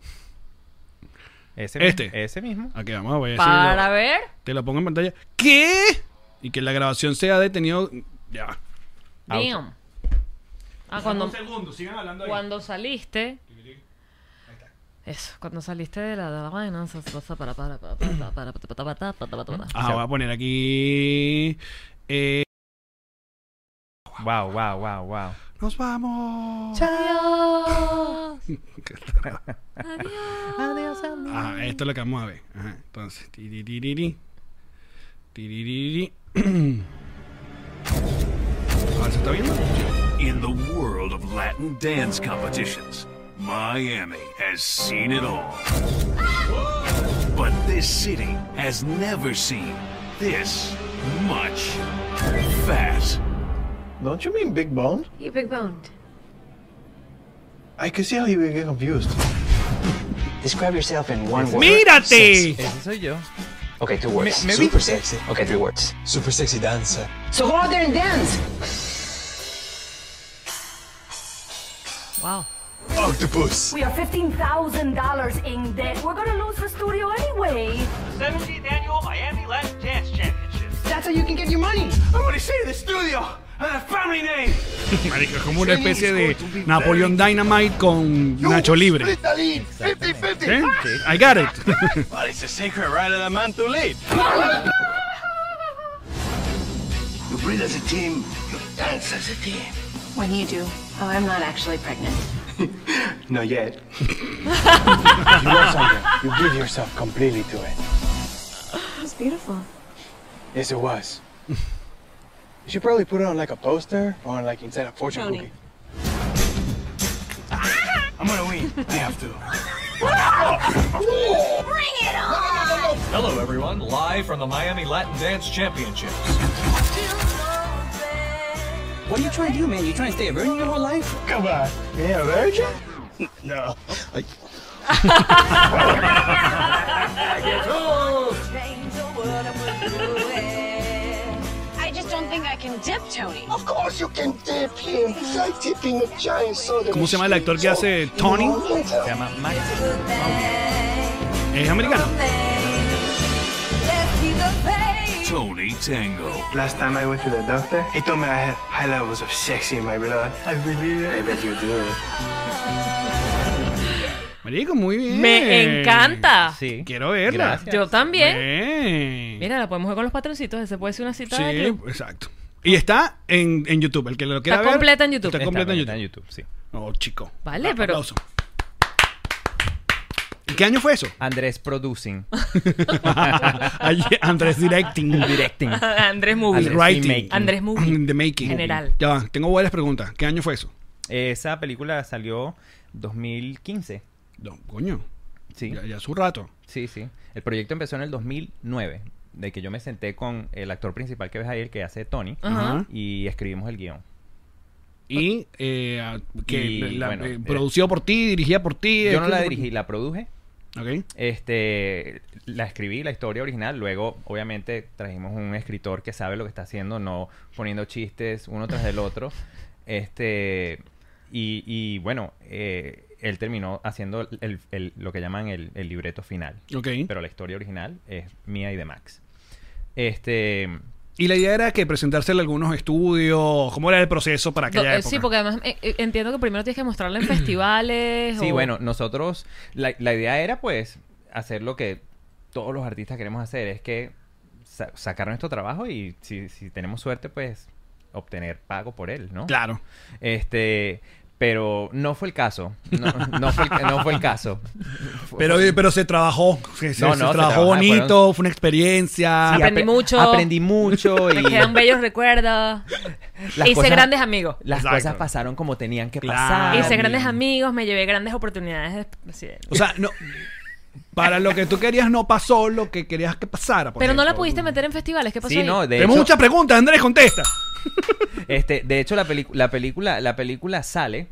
F: Ese
A: Este.
F: mismo, ese mismo.
A: Aquí vamos a ver. si
C: Para
A: lo-
C: ver.
A: Te lo pongo en pantalla. ¿Qué? Y que la grabación sea detenido. Ya.
F: Auto.
C: Damn. Ah, cuando,
A: segundo, sigan hablando
C: cuando saliste. Eso, cuando saliste de la de la vaina, esas cosas para para para para para para para para para para para.
A: Ajá, Ah, voy a poner aquí. eh,
F: Wow, wow, wow, wow.
A: nos vamos. Ajá, esto es lo que vamos a ver. Ajá, entonces. tiriririri, tiriririri. Ahora Ah, se está viendo.
H: In the world of Latin dance competitions, Miami has seen it all. But this city has never seen this much fat.
I: Don't you mean big boned?
E: You big boned.
I: I can see how you would get confused. Describe yourself in one word.
A: ¡Mírate!
F: Ese soy yo.
I: Okay, two words.
F: Me- me
I: Super
F: viste?
I: sexy. Okay, three words. Super sexy dancer.
E: So go out there and dance.
C: Wow.
I: Octopus.
E: We are $15,000 in debt. We're gonna lose the studio anyway.
J: 17th annual Miami Latin Dance Championships.
I: That's how you can get your money.
H: I want to see the studio and the Uh, family name.
A: Marico, es como una especie de Napoleón Dynamite con Nacho Libre.
H: the lead, 50-50.
A: ¿Eh? I got it.
H: Well, it's a secret right of the man to lead. you breathe as a team, you dance as a team.
E: When you do. Oh, I'm not actually pregnant.
I: Not yet. If you want something, you give yourself completely to it.
E: It's beautiful.
I: Yes, it was. You should probably put it on like a poster or on like inside a fortune
E: Tony.
I: cookie. I'm gonna win. I have to.
H: Hello, everyone, live from the Miami Latin Dance Championships.
I: What are you trying to do, man? You trying to stay a virgin your whole life? Come on. Yeah, a virgin? No. Like,
E: I just don't think I can dip, Tony.
I: of course you can dip him. It's like tipping a giant soda.
A: ¿Cómo se llama el actor que hace Tony?
F: Se llama Max.
A: Es americano.
H: Tony Tango.
I: Last time I went to the doctor, he told me I had high levels of sexy in my blood. I believe it. I bet you do.
A: Marico, muy bien.
C: Me encanta.
F: Sí.
A: Ah, Quiero verla.
F: Gracias.
C: Yo también.
A: Bien.
C: Mira, la podemos ver con los patroncitos. Ese puede ser una cita de
A: Sí,
C: club.
A: exacto. Y está en, en YouTube. El que lo quiera
C: Está
A: ver.
C: completa en YouTube.
A: Está completa en
F: Está
A: YouTube.
F: sí.
A: Oh, chico.
C: Vale, pero-
A: Aplauso. ¿Y ¿Qué año fue eso?
F: Andrés Producing.
A: Ayer- Andrés Directing.
F: Directing.
C: Andrés Movie.
A: Andrés
F: Andrés
A: Writing.
F: Making.
C: Andrés Movie.
A: The Making.
C: General.
A: Ya va, tengo varias preguntas. ¿Qué año fue eso?
F: Esa película salió 2015.
A: No, coño.
F: Sí.
A: Ya, ya hace un rato.
F: Sí, sí. El proyecto empezó en el 2009, de que yo me senté con el actor principal que ves ahí, el que hace Tony,
A: Ajá.
F: y escribimos el guión.
A: Y eh, a- que
F: Y,
A: la-
F: bueno,
A: eh,
F: eh,
A: producido por ti, dirigida por ti.
F: Yo no
A: escrito
F: la
A: por-
F: dirigí, la produje.
A: Ok.
F: Este, la escribí, la historia original. Luego, obviamente, trajimos un escritor que sabe lo que está haciendo, no poniendo chistes uno tras del otro. Este, y, y, bueno, eh, él terminó haciendo el- el- lo que llaman el, el libreto final.
A: Ok.
F: Pero la historia original es mía y de Max. Este,
A: Y la idea era que presentársela a algunos estudios. ¿Cómo era el proceso para
C: Do-
A: aquella
C: eh,
A: época?
C: Sí, porque además eh, eh, entiendo que primero tienes que mostrarla en festivales.
F: Sí,
C: o-
F: bueno, nosotros, la, la idea era pues hacer lo que todos los artistas queremos hacer, es que sa- sacar nuestro trabajo y si, si tenemos suerte pues obtener pago por él, ¿no?
A: Claro.
F: Este, Pero no fue el caso. No, no fue, el, no fue el caso. Fue-
A: Pero, eh, pero se trabajó, se, se-
F: Pues No,
A: se
F: no, se
A: trabajó
F: trabaja,
A: bonito,
F: fueron-
A: fue una experiencia.
F: Sí,
C: Aprendí
F: apre-
C: mucho.
F: Aprendí mucho y
C: Me quedan bellos recuerdos.
F: Las
C: Hice
F: cosas-
C: grandes amigos.
F: las
A: Exacto.
F: cosas pasaron como tenían que
A: Claro.
F: pasar.
A: Ah,
C: Hice
A: bien.
C: grandes amigos, me llevé grandes oportunidades. de- sí.
A: O sea, no, para lo que tú querías no pasó lo que querías que pasara. por
C: Pero no la
A: ejemplo.
C: pudiste meter en festivales, ¿qué pasó?
F: Sí,
C: ahí?
F: no, de
A: Tenemos
F: hecho,
A: muchas preguntas, Andrés, contesta.
F: Este, de hecho, la, pelicu- la película, la película sale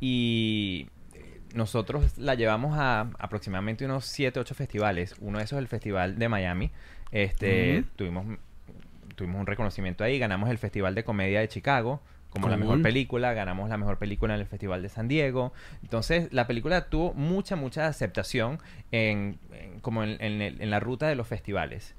F: y eh, nosotros la llevamos a aproximadamente unos 7, 8 festivales. Uno de esos es el Festival de Miami. Este, tuvimos, tuvimos un reconocimiento ahí, ganamos el Festival de Comedia de Chicago como la mejor
A: Cool.
F: película, ganamos la mejor película en el Festival de San Diego. Entonces, la película tuvo mucha, mucha aceptación en, en- como en- en el- en la ruta de los festivales.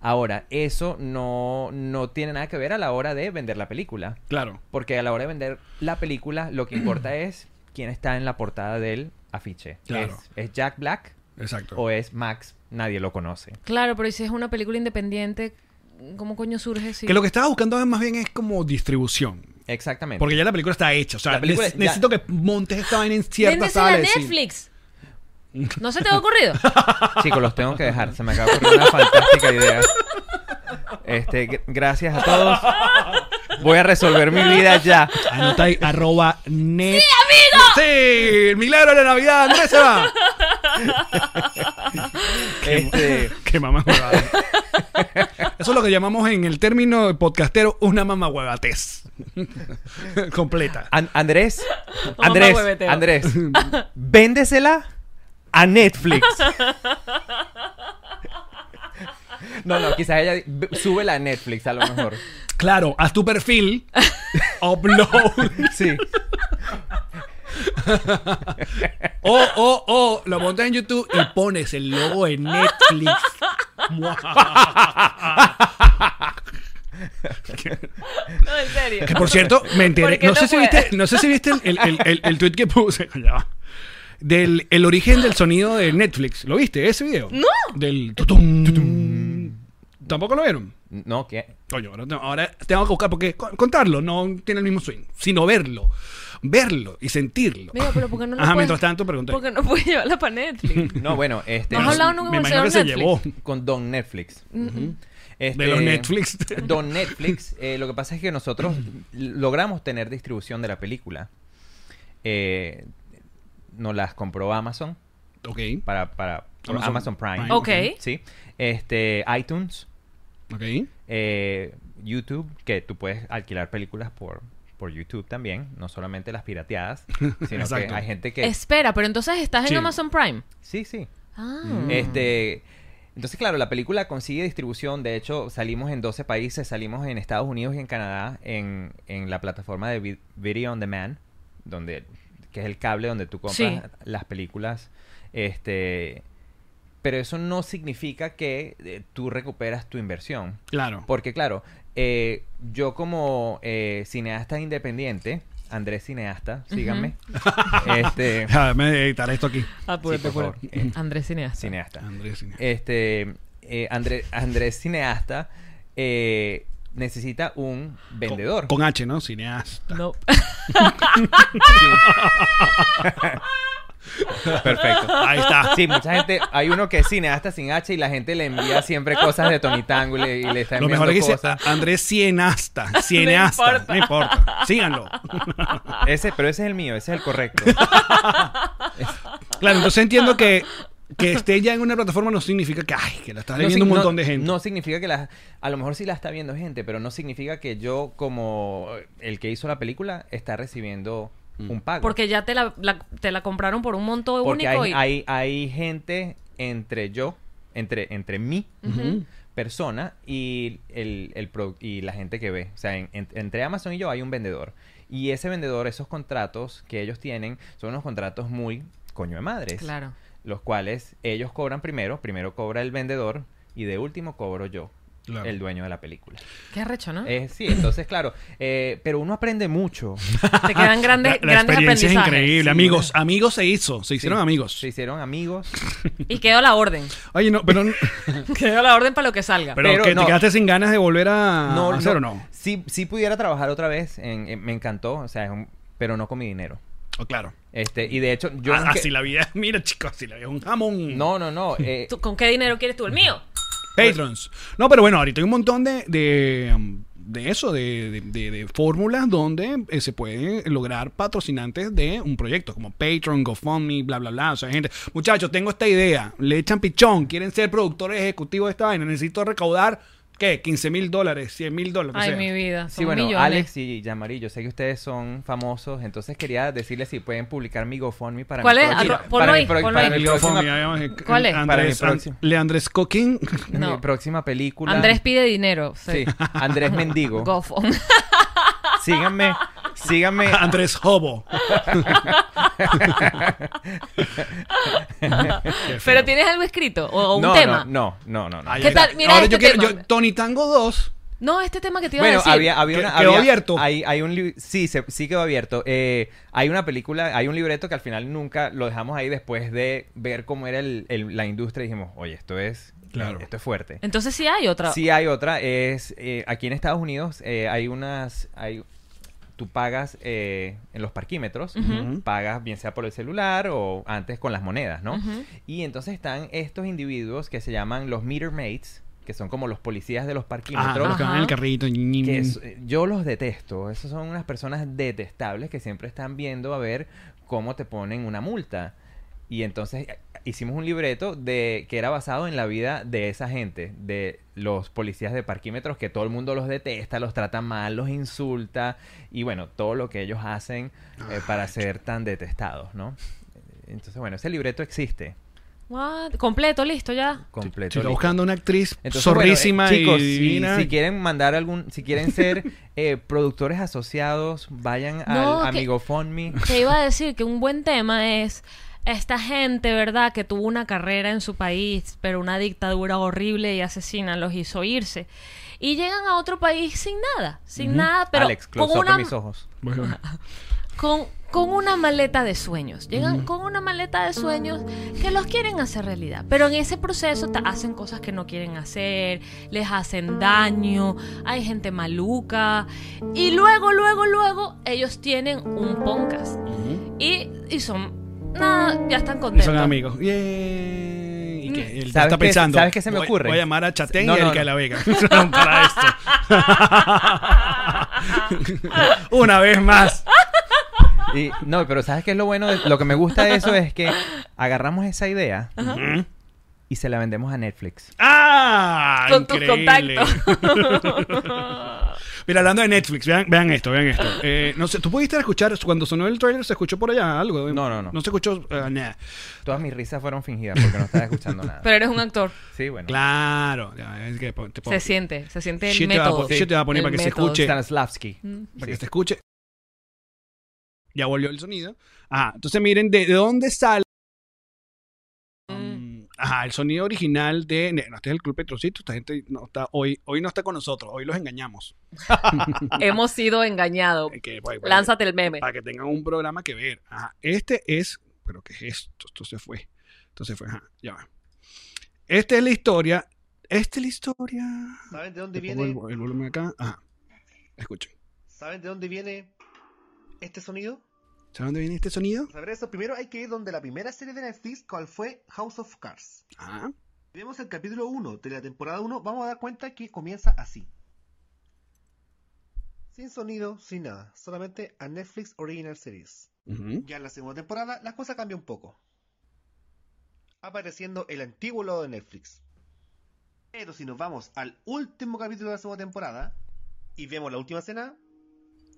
F: Ahora, eso no, no tiene nada que ver a la hora de vender la película.
A: Claro.
F: Porque a la hora de vender la película, lo que importa es quién está en la portada del afiche.
A: Claro.
F: ¿Es, es Jack Black
A: Exacto.
F: o es Max? Nadie lo conoce.
C: Claro, pero si es una película independiente, ¿cómo coño surge? si-
A: Que lo que estaba buscando más bien es como distribución.
F: Exactamente.
A: Porque ya la película está hecha. O sea,
F: La película
A: nec-
F: ya-
A: necesito que montes esta vaina en ciertas
C: Véndesela a
A: salas. sí.
C: Netflix. ¿No se te ha ocurrido?
F: Chicos, los tengo que dejar. Se me acaba de ocurrir una fantástica idea. Este, gr- gracias a todos. Voy a resolver mi vida ya.
A: Anota ahí, arroba net. ¡Sí, amigo! Sí, el milagro de la Navidad. Andrés se va.
F: Este,
A: Qué mamá Eso es lo que llamamos en el término podcastero una mamá Completa.
F: An- Andrés,
C: Mamá
F: Andrés,
C: hueveteo.
F: Andrés, véndesela a Netflix. No, no, quizás ella di- súbela a Netflix a lo mejor.
A: Claro, haz tu perfil. upload.
F: Sí.
A: O, o, o, lo montas en YouTube y pones el logo de Netflix.
C: No, en serio.
A: Que por cierto, me enteré.
C: ¿Por qué
A: No,
C: no
A: sé si
C: fue?
A: viste, no sé si viste el, el, el- el- el tweet que puse. Ya va. Del el origen del sonido de Netflix. ¿Lo viste ese video? No. Del tutum, tutum. ¿Tampoco lo vieron?
F: No, que
A: Coño, ahora, tengo- ahora tengo que buscar porque co- contarlo no tiene el mismo swing, sino verlo. Verlo y sentirlo.
C: Mira, pero ¿por qué no lo
A: Ajá,
C: puedes-
A: Ah, mientras tanto pregunté.
C: Porque no puedes llevarla para Netflix.
F: no, bueno, este
C: No has hablado nunca
A: Me
C: con el
A: imagino que
C: señor
A: se
C: Netflix.
A: llevó
F: con Don Netflix. Este,
A: de los Netflix.
F: Don Netflix, eh, lo que pasa es que nosotros logramos tener distribución de la película. Eh, nos las compró Amazon.
A: ok,
F: para, para por
A: Amazon
F: Amazon, Prime.
A: Prime.
C: Ok.
F: Sí. Este, iTunes,
A: ok.
F: eh, YouTube, que tú puedes alquilar películas por, por YouTube también, no solamente las pirateadas, sino que
A: Exacto.
F: hay gente que...
C: Espera, pero entonces estás
A: Sí.
C: en Amazon Prime.
F: Sí, sí.
C: Ah.
F: Este, entonces, claro, la película consigue distribución. De hecho, salimos en 12 países, salimos en Estados Unidos y en Canadá en, en la plataforma de vi- Video on Demand, donde, que es el cable donde tú compras
C: Sí.
F: las películas. Este, pero eso no significa que eh, tú recuperas tu inversión.
A: Claro.
F: Porque claro, eh, yo como eh, cineasta independiente, Andrés Cineasta, síganme. este, sí,
A: Déjame editar esto aquí.
F: por favor, eh,
C: Andrés Cineas.
F: cineasta.
A: Andrés. sí.
F: Este, eh, André- Andrés Cineasta eh, necesita un vendedor.
A: Con H, ¿no? Cineasta.
C: No.
F: Perfecto.
A: Ahí está.
F: Sí, mucha gente, hay uno que es cineasta sin H y la gente le envía siempre cosas de Tony Tango y le, y le está
A: Lo
F: enviando
A: mejor es que dice
F: cosas.
A: Andrés Cienasta. Cineasta.
C: importa.
A: no importa. Síganlo.
F: Ese, pero ese es el mío, ese es el correcto.
A: Claro, entonces entiendo que que esté ya en una plataforma no significa que, ay, que la está leyendo un
F: sig-
A: montón de gente.
F: No significa que la... A lo mejor sí la está viendo gente, pero no significa que yo, como el que hizo la película, está recibiendo
A: Mm.
F: un pago.
C: Porque ya te la, la- te la compraron por un monto
F: Porque
C: único
F: hay,
C: y...
F: hay, hay gente entre yo, entre, entre mi persona y, el, el pro- y la gente que ve. O sea, en- en- entre Amazon y yo hay un vendedor. Y ese vendedor, esos contratos que ellos tienen, son unos contratos muy coño de madres.
C: Claro.
F: Los cuales ellos cobran primero, primero cobra el vendedor y de último cobro yo.
A: Claro.
F: El dueño de la película.
C: Qué arrecho, ¿no?
F: Eh, sí, entonces, claro. eh, pero uno aprende mucho.
C: te quedan grandes,
A: la, la
C: grandes
A: experiencia es
C: aprendizajes.
A: increíble.
F: Sí,
A: amigos, amigos se hizo. Se hicieron
F: Sí,
A: amigos.
F: Se hicieron amigos.
C: Y quedó la orden.
A: Oye, no, pero, pero,
C: Quedó la orden para lo que salga.
F: Pero
A: que te
F: no.
A: quedaste sin ganas de volver Ah, a,
F: no,
A: a hacer
F: no.
A: o no.
F: Sí, sí pudiera trabajar otra vez, en- en- me encantó, o sea, es un- pero no con mi dinero.
A: Oh, claro.
F: Este, y de hecho, yo.
A: Ah,
F: aunque-
A: Así la vida es- Mira, chicos, así la vida es un jamón.
F: No, no, no. eh,
C: ¿Tú- ¿Con qué dinero quieres tú el mío?
A: Patrons. No, pero bueno, ahorita hay un montón de, de, um, de eso, de, de- de- de fórmulas donde eh, se pueden lograr patrocinantes de un proyecto, como Patreon, GoFundMe, bla, bla, bla. O sea, hay gente, muchachos, tengo esta idea, le echan pichón, quieren ser productores ejecutivos de esta vaina, necesito recaudar, ¿qué? 15 mil dólares, 100 mil dólares. lo que
C: Ay,
A: sea.
C: mi vida. Son
F: sí, bueno,
C: millones.
F: Alex y Yamari, yo sé que ustedes son famosos, entonces quería decirles si pueden publicar mi GoFundMe para
C: ¿Cuál
F: mi
C: es?
F: próxima-
C: Ah, pro- ponlo
F: para mi
C: ahí,
F: pro-
C: ponlo
F: para
C: ahí.
F: mi
A: GoFundMe,
F: próxima-
A: ya vemos, eh,
C: ¿Cuál es?
F: Para mi
A: Andrés,
F: próximo.
A: Leandres Coquín.
C: No.
F: mi próxima película.
C: Andrés pide dinero.
F: Sí,
C: Sí.
F: Andrés Mendigo.
C: Gofón.
F: Síganme, síganme.
A: Andrés Hobo.
C: Pero tienes algo escrito o, o un
F: no,
C: tema.
F: no, no, no, no.
A: Ay,
C: ¿Qué
A: ay,
C: tal?
A: ay.
C: Mira
A: Ahora
C: este
A: yo quiero,
C: tema.
A: yo- Tony Tango 2.
C: No, este tema que te iba
F: Bueno,
C: a decir.
F: había, había
A: Que-
F: una.
A: quedó
F: había-
A: abierto.
F: Hay, hay un li- sí, se- sí quedó abierto. Eh, hay una película, hay un libreto que al final nunca lo dejamos ahí después de ver cómo era el- el- la industria. y Dijimos, oye, esto es.
A: Claro.
F: Esto es fuerte.
C: Entonces sí hay otra.
F: Sí hay otra, es eh, aquí en Estados Unidos eh, hay unas, hay, tú pagas eh, en los parquímetros,
C: Ujú.
F: pagas bien sea por el celular o antes con las monedas, ¿no?
C: Ujú.
F: Y entonces están estos individuos que se llaman los meter mates, que son como los policías de los
A: Ajá,
F: parquímetros.
A: los que van en el carrito.
F: Que es- eh, yo los detesto, esos son unas personas detestables que siempre están viendo a ver cómo te ponen una multa. Y entonces eh, hicimos un libreto de que era basado en la vida de esa gente, de los policías de parquímetros que todo el mundo los detesta, los trata mal, los insulta y bueno, todo lo que ellos hacen eh, para ser tan detestados, ¿no? Entonces, bueno, ese libreto existe
C: What? Completo, listo ya.
F: completo.
A: Estoy
F: listo.
A: buscando una actriz
F: Entonces, bueno, eh,
A: zorrísima y
F: chicos, si-
A: divina.
F: Si, quieren mandar algún, si quieren ser eh, productores asociados, vayan
C: No,
F: al
C: que-
F: Amigo FundMe.
C: Te iba a decir que un buen tema es esta gente, ¿verdad? Que tuvo una carrera en su país, pero una dictadura horrible y asesina los hizo irse. Y llegan a otro país sin nada, sin nada, pero
F: Alex,
C: con
F: close up
C: una
F: en mis ojos.
A: Bueno,
F: Ah,
C: con, con una maleta de sueños. Llegan con una maleta de sueños que los quieren hacer realidad. Pero en ese proceso ta- hacen cosas que no quieren hacer, les hacen daño, hay gente maluca. Y luego, luego, luego, ellos tienen un podcast. Y, y son. Nada, ya están
A: y
C: contentos.
A: son amigos. Yay. Y que él
F: Mm. ¿Sabes
A: está
F: qué-
A: pensando.
F: sabes qué se me
A: voy-
F: ocurre?
A: Voy a llamar a Chatén
F: No,
A: y
F: no,
A: el que
F: no.
A: a la Vega. Para esto. una vez más.
F: Y, no, pero ¿sabes qué es lo bueno? de- lo que me gusta de eso es que agarramos esa idea y se la vendemos a Netflix.
A: ¡Ah!
C: Con tus
A: increíble.
C: contactos.
A: Mira, hablando de Netflix, vean, vean esto, vean esto. Eh, no sé, ¿tú pudiste escuchar cuando sonó el trailer? ¿Se escuchó por allá algo?
F: No, no, no.
A: No se escuchó eh, nada.
F: Todas mis risas fueron fingidas porque no estaba escuchando nada.
C: Pero eres un actor.
F: sí, bueno.
A: Claro. ya, es que po- te pongo-
C: Se siente, se siente el
A: Shit te va a
C: método.
A: po- shit te va a poner
C: El
A: para que se
C: método.
A: escuche.
F: Stanislavski.
A: para que se escuche. Ya volvió el sonido. Ajá, entonces miren de, de dónde sale. Mm, Ajá, el sonido original de. No, este es el Club Petrocito. Esta gente no está hoy, hoy no está con nosotros. Hoy los engañamos.
C: Hemos sido engañados.
A: Eh, que, bueno, bueno,
C: Lánzate el meme.
A: Para que tengan un programa que ver. Ajá, este es. ¿Pero qué es esto? Esto se fue. Esto se fue. Ajá, ya va. Esta es la historia. Esta es la historia.
J: ¿Saben de
A: Le pongo
J: dónde viene?
A: El, vo- el volumen acá. Ajá. Escuchen.
J: ¿Saben de dónde viene este sonido?
A: ¿Saben dónde viene este sonido?
J: Saber eso primero hay que ir donde la primera serie de Netflix, cual fue House of Cards.
A: Ajá.
J: Vemos el capítulo 1 de la temporada 1, vamos a dar cuenta que comienza así. Sin sonido, sin nada, solamente a Netflix Original Series.
A: ujú.
J: Ya en la segunda temporada la cosa cambia un poco. Apareciendo el antiguo logo de Netflix. Pero si nos vamos al último capítulo de la segunda temporada y vemos la última escena,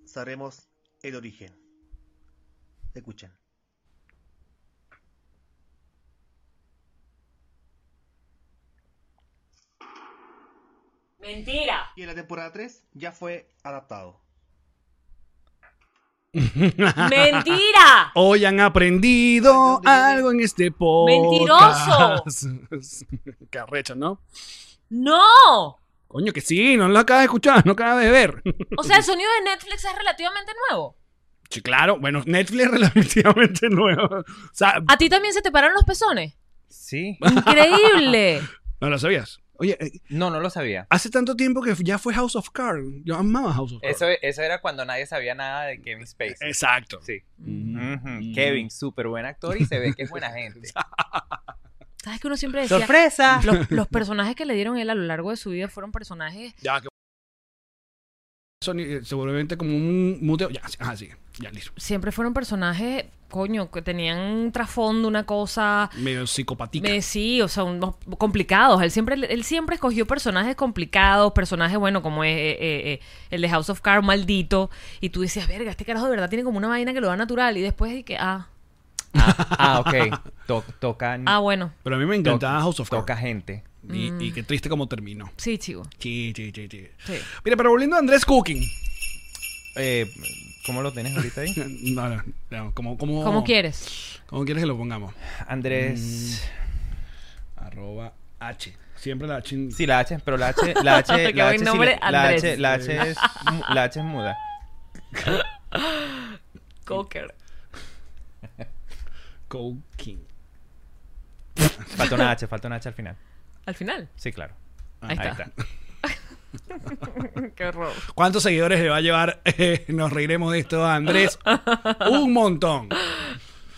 J: sabremos el origen. ¿Se escuchan?
C: Mentira.
J: Y en la temporada 3 ya fue adaptado.
C: Mentira.
A: Hoy han aprendido
J: ¿De dónde viene?
A: algo en este podcast. ¡Mentiroso! Qué arrecho, ¿no?
C: No.
A: Coño, que sí, no lo acabas de escuchar, no acabas de ver.
C: O sea, el sonido de Netflix es relativamente nuevo.
A: Sí, claro. Bueno, Netflix es relativamente nuevo. O sea,
C: A ti también se te pararon los pezones.
F: Sí.
C: Increíble.
A: no lo sabías. Oye, eh,
F: No, no lo sabía.
A: hace tanto tiempo que ya fue House of Cards. Yo amaba House of Cards.
F: Eso, eso era cuando nadie sabía nada de Kevin Spacey.
A: Exacto.
F: Sí.
A: Ujú. Mm.
F: Ujú, Kevin, súper buen actor y se ve que es buena gente.
C: ¿Sabes que uno siempre decía?
F: ¡Sorpresa!
C: Los, los personajes que le dieron él a lo largo de su vida fueron personajes.
A: Ya, que. Sony, eh, seguramente como un muteo. Ya, sí, ajá, sí. Ya, listo.
C: Siempre fueron personajes, coño, que tenían un trasfondo, una cosa.
A: Medio psicopatica.
C: Eh, sí, o sea, unos complicados. Él siempre, él siempre escogió personajes complicados, personajes, bueno, como es eh, eh, eh, el de House of Cards, maldito. Y tú decías, verga, este carajo de verdad tiene como una vaina que lo da natural. Y después de que, ah,
F: Ah, ah, ok. To- tocan.
C: ah, bueno.
A: Pero a mí me
F: to-
A: encantaba House of
F: Toca
A: Cards.
F: gente.
A: Y, y qué triste como terminó.
C: Sí, chico.
A: Sí, sí, sí, sí.
C: Sí.
A: Mira, pero volviendo a Andrés Cooking.
F: Eh, ¿Cómo lo tienes ahorita ahí?
A: No, no, no, como, como,
C: Como quieres.
A: como quieres que lo pongamos.
F: Andrés.
A: Mm. Arroba H. Siempre la H.
F: Sí, la H, pero la H, la H,
C: Qué
F: la
C: buen
F: H, sí
C: nombre,
F: le- la H,
C: Andrés.
F: la H es, mu- la H es muda.
C: Cocker.
A: Cooking.
F: Falta una H, falta una H al final.
C: Al final.
F: Sí, claro.
C: Ahí, está. Qué horror.
A: ¿Cuántos seguidores le va a llevar? Eh, nos reiremos de esto a Andrés. Un montón.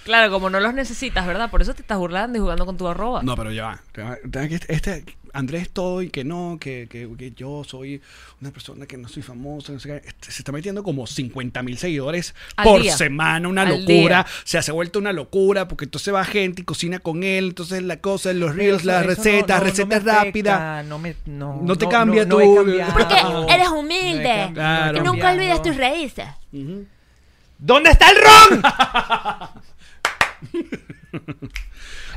C: Claro, como no los necesitas, ¿verdad? Por eso te estás burlando y jugando con tu arroba.
A: No, pero ya va. Ya va. Este, este- Andrés todo y que no, que, que- que yo soy una persona que no soy famosa, no sé qué. Este, se está metiendo como 50 mil seguidores
C: Al
A: por
C: día.
A: semana, una
C: Al
A: locura.
C: día.
A: Se ha vuelto una locura porque entonces va gente y cocina con él, entonces la cosa, los reels,
F: Eso-
A: las
F: eso no-
A: recetas,
F: no- no me
A: recetas
F: afecta,
A: rápidas.
F: No me, no,
A: No te cambia
F: no, no
A: tú.
F: he cambiado,
A: Porque
F: no he
A: eres
F: cambi-
K: humilde.
F: no he
A: Claro.
F: cambiado.
K: Nunca olvides tus raíces.
F: ¿Dónde está el ron?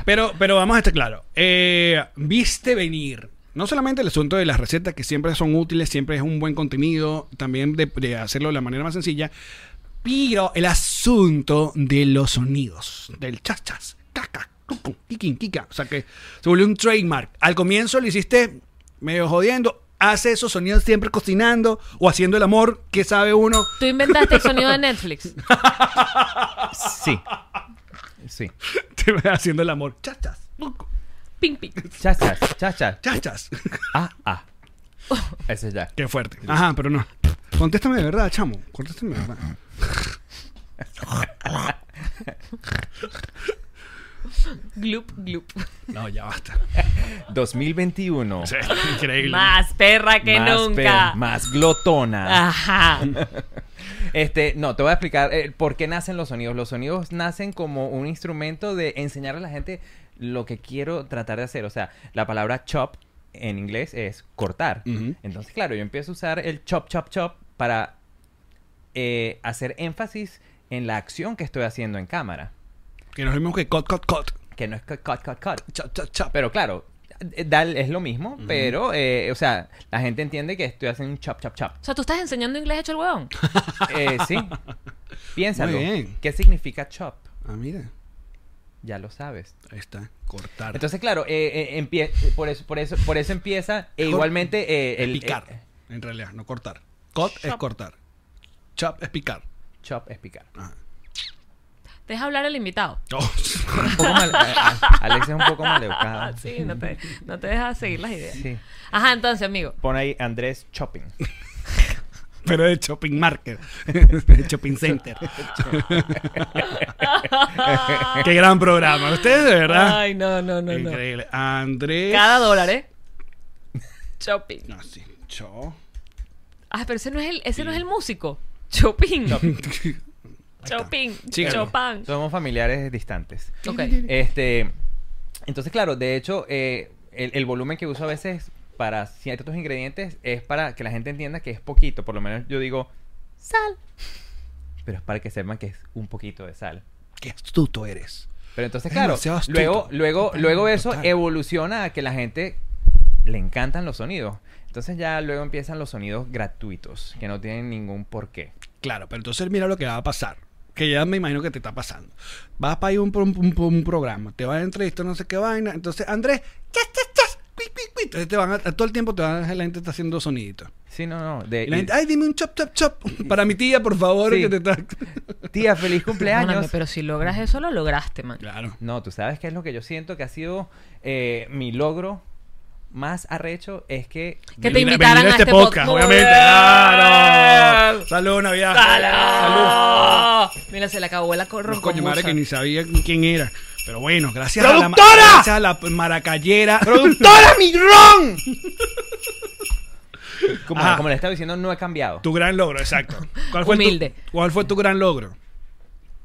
A: Pero, pero vamos a estar claro. Eh, viste venir. No solamente el asunto de las recetas, que siempre son útiles, siempre es un buen contenido, también de, de hacerlo de la manera más sencilla, pero el asunto de los sonidos, del chas chas, caca, cucu, kikin, kika, o sea que se volvió un trademark. Al comienzo lo hiciste medio jodiendo, hace esos sonidos siempre cocinando o haciendo el amor, que sabe uno.
C: Tú inventaste el sonido de Netflix.
F: Sí. Sí.
A: haciendo el amor, chas chas, cucu,
C: Ping, ping.
F: Chachas, chachas.
A: chas chas.
F: Ah, ah. Ese es ya.
A: Qué fuerte. Ajá, pero no. Contéstame de verdad, chamo. Contéstame de verdad.
C: Gloop, gloop.
A: No, ya basta.
F: 2021.
A: Sí, increíble.
C: Más perra que
F: más
C: nunca. Ah.
F: per- más glotona.
C: Ajá.
F: Este, no, te voy a explicar eh, por qué nacen los sonidos. Los sonidos nacen como un instrumento de enseñar a la gente lo que quiero tratar de hacer. O sea, la palabra chop en inglés es cortar.
A: Ujú.
F: Entonces, claro, yo empiezo a usar el chop, chop, chop para eh, hacer énfasis en la acción que estoy haciendo en cámara.
A: Que nos vimos que cut, cut, cut.
F: Que no es cut, cut, cut, cut.
A: Chop, chop, chop.
F: Pero claro, eh, da- es lo mismo, pero, eh, o sea, la gente entiende que estoy haciendo un chop, chop, chop.
C: O sea, tú estás enseñando inglés hecho el huevón.
F: Eh, sí. Piénsalo.
A: Muy bien.
F: ¿Qué significa chop?
A: Ah, mira.
F: Ya lo sabes.
A: Ahí está. Cortar.
F: Entonces, claro, eh, eh, empie- por, eso, por, eso, por eso empieza. E igualmente, eh, el.
A: picar.
F: eh,
A: en realidad, no cortar. Cut es cortar. Chop es picar.
F: chop es picar.
C: Deja hablar al invitado.
A: Oh,
F: Un poco mal- a- a- Alex es un poco
C: Ah,
F: maleducado.
C: sí, no te, no te dejas seguir las ideas.
F: Sí.
C: Ajá, entonces, amigo.
F: Pon ahí Andrés Chopping.
A: pero de shopping market. De shopping center. Qué gran programa. Ustedes, de verdad.
C: Ay, no, no, no, no.
A: Increíble. Andrés.
C: Cada dólar, ¿eh? Shopping.
A: No, sí. Cho.
C: Ah, pero ese no es el, ese no es el músico. Shopping. Shopping.
A: Síganlo.
C: Chopin.
F: Somos familiares distantes.
C: Ok.
F: Este, entonces, claro, de hecho, eh, el, el volumen que uso a veces para ciertos ingredientes es para que la gente entienda que es poquito. Por lo menos yo digo sal. Pero es para que sepan que es un poquito de sal.
A: Qué astuto eres.
F: Pero entonces,
A: Es
F: claro,
A: demasiado astuto.
F: luego, luego, luego eso
A: Total.
F: evoluciona a que la gente le encantan los sonidos. Entonces ya luego empiezan los sonidos gratuitos, que no tienen ningún porqué.
A: Claro, pero entonces mira lo que va a pasar. Que ya me imagino que te está pasando. Vas para ir un, pro- un- un programa, te van a entrevistar, no sé qué vaina. Entonces, Andrés, chas, chas, chas, cuic, cuic, cuic. Entonces te van a- todo el tiempo te van a- la gente está haciendo soniditos.
F: Sí, no, no. de-
A: Y la gente, ay, dime un chop, chop, chop. Para mi tía, por favor,
F: Eh, Sí.
A: que te está.
F: Tía, feliz
C: Perdóname,
F: cumpleaños.
C: pero si logras eso, lo lograste, man.
A: Claro.
F: No, tú sabes qué es lo que yo siento que ha sido eh, mi logro más arrecho es que
C: Que te
A: Venir a-
C: invitaran
A: venir
C: a este podcast.
A: obviamente. Claro. Salud, Navidad. Salud.
C: Mira Venga, se le acabó la
A: No,
C: corrompusa.
A: coño, madre, que ni sabía quién era. Pero bueno, gracias a
K: ¡Productora!
A: la gracias a la maracayera.
K: ¡Productora mi ron!
F: Como,
A: Ajá.
F: como le estaba diciendo, no he cambiado.
A: Tu gran logro, exacto. ¿Cuál fue
C: Humilde.
A: Tu, ¿Cuál fue tu gran logro?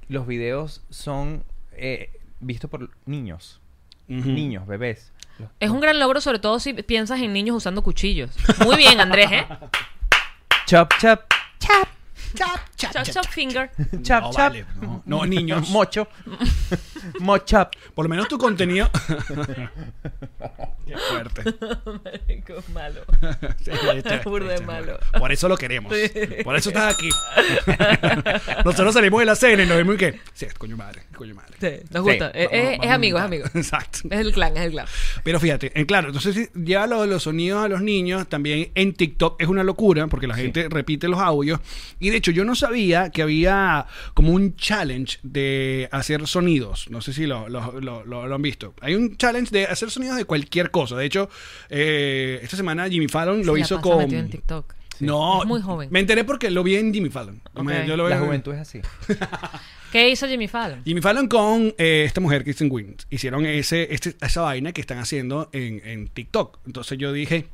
F: Los videos son eh, vistos por niños. Niños, bebés. Los-
C: Es un gran logro, sobre todo si piensas en niños usando cuchillos. Muy bien, Andrés, ¿eh?
F: Chop, chop.
C: Chop, chop finger.
F: Chop,
A: No,
F: chop.
A: vale, no, no, niños.
F: Mocho. Mochop.
A: Por lo menos tu contenido. Qué fuerte.
C: Marico, malo.
A: Sí, este-
C: Burda de
A: este-
C: malo.
A: Por eso lo queremos. Por eso estás aquí. Nosotros salimos de la cena y nos vemos y que. Sí, es coño madre, es coño madre.
C: Sí, nos gusta. Es- es- es amigo, es amigo.
A: Exacto.
C: Es el clan, es el clan.
A: Pero fíjate, eh, claro, entonces si lleva lo de los sonidos a los niños, también en TikTok es una locura porque la gente repite los audios. Y de hecho, yo no sabía que había como un challenge de hacer sonidos. No sé si lo, lo- lo- lo- lo han visto. Hay un challenge de hacer sonidos de cualquier cosa. De hecho, eh, esta semana Jimmy Fallon lo
C: Se la
A: hizo
C: pasa
A: con...
C: metido en TikTok.
A: No,
C: Es muy joven.
A: Me enteré porque lo vi en Jimmy Fallon. Me-
C: Ok.
A: Yo lo
F: La
A: veo-
F: juventud es así.
C: ¿Qué hizo Jimmy Fallon?
A: Jimmy Fallon con eh, esta mujer, Kristen Wiig, hicieron ese, este- esa vaina que están haciendo en, en TikTok. Entonces yo dije,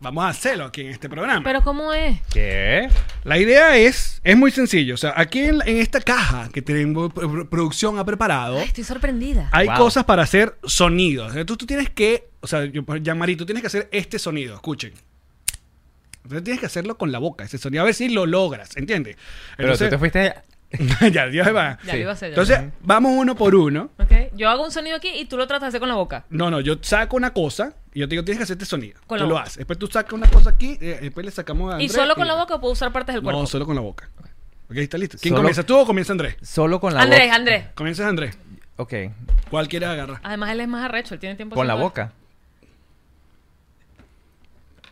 A: vamos a hacerlo aquí en este programa.
C: Pero ¿cómo es?
F: ¿Qué?
A: La idea es, es muy sencillo. O sea, aquí en, la- en esta caja que tenemos, pro- pro- producción ha preparado,
C: Ay, estoy sorprendida.
A: hay
F: Wow.
A: cosas para hacer sonidos. Tú, tú tienes que, o sea, yo, Jean-Marie, tú tienes que hacer este sonido. Escuchen. Entonces tienes que hacerlo con la boca, ese sonido, a ver si lo logras, ¿entiendes?
F: Pero tú
A: Entonces-
F: te fuiste.
A: ya, Dios va.
C: Ya lo iba a hacer. ya lo
A: Entonces, vamos uno por uno.
C: iba a hacer. Ok, Yo hago un sonido aquí y tú lo tratas de hacer con la boca.
A: No, no, yo saco una cosa y yo te digo, tienes que hacer este sonido.
C: Con
A: tú
C: la
A: lo
C: boca.
A: haces. Después tú sacas una cosa aquí, eh, después le sacamos a
C: ¿Y
A: Andrés
C: solo con la boca o puedo usar partes del cuerpo?
A: No, solo con la boca. Ok, está listo. ¿Quién
F: Solo-
A: comienza? ¿Tú o comienza Andrés?
F: Solo con la
C: Andrés,
F: boca.
C: Andrés.
A: Comienzas Andrés.
F: Ok.
A: ¿Cuál quieres agarrar?
C: Además, él es más arrecho, él tiene tiempo.
F: Con la
C: haciendo
F: boca.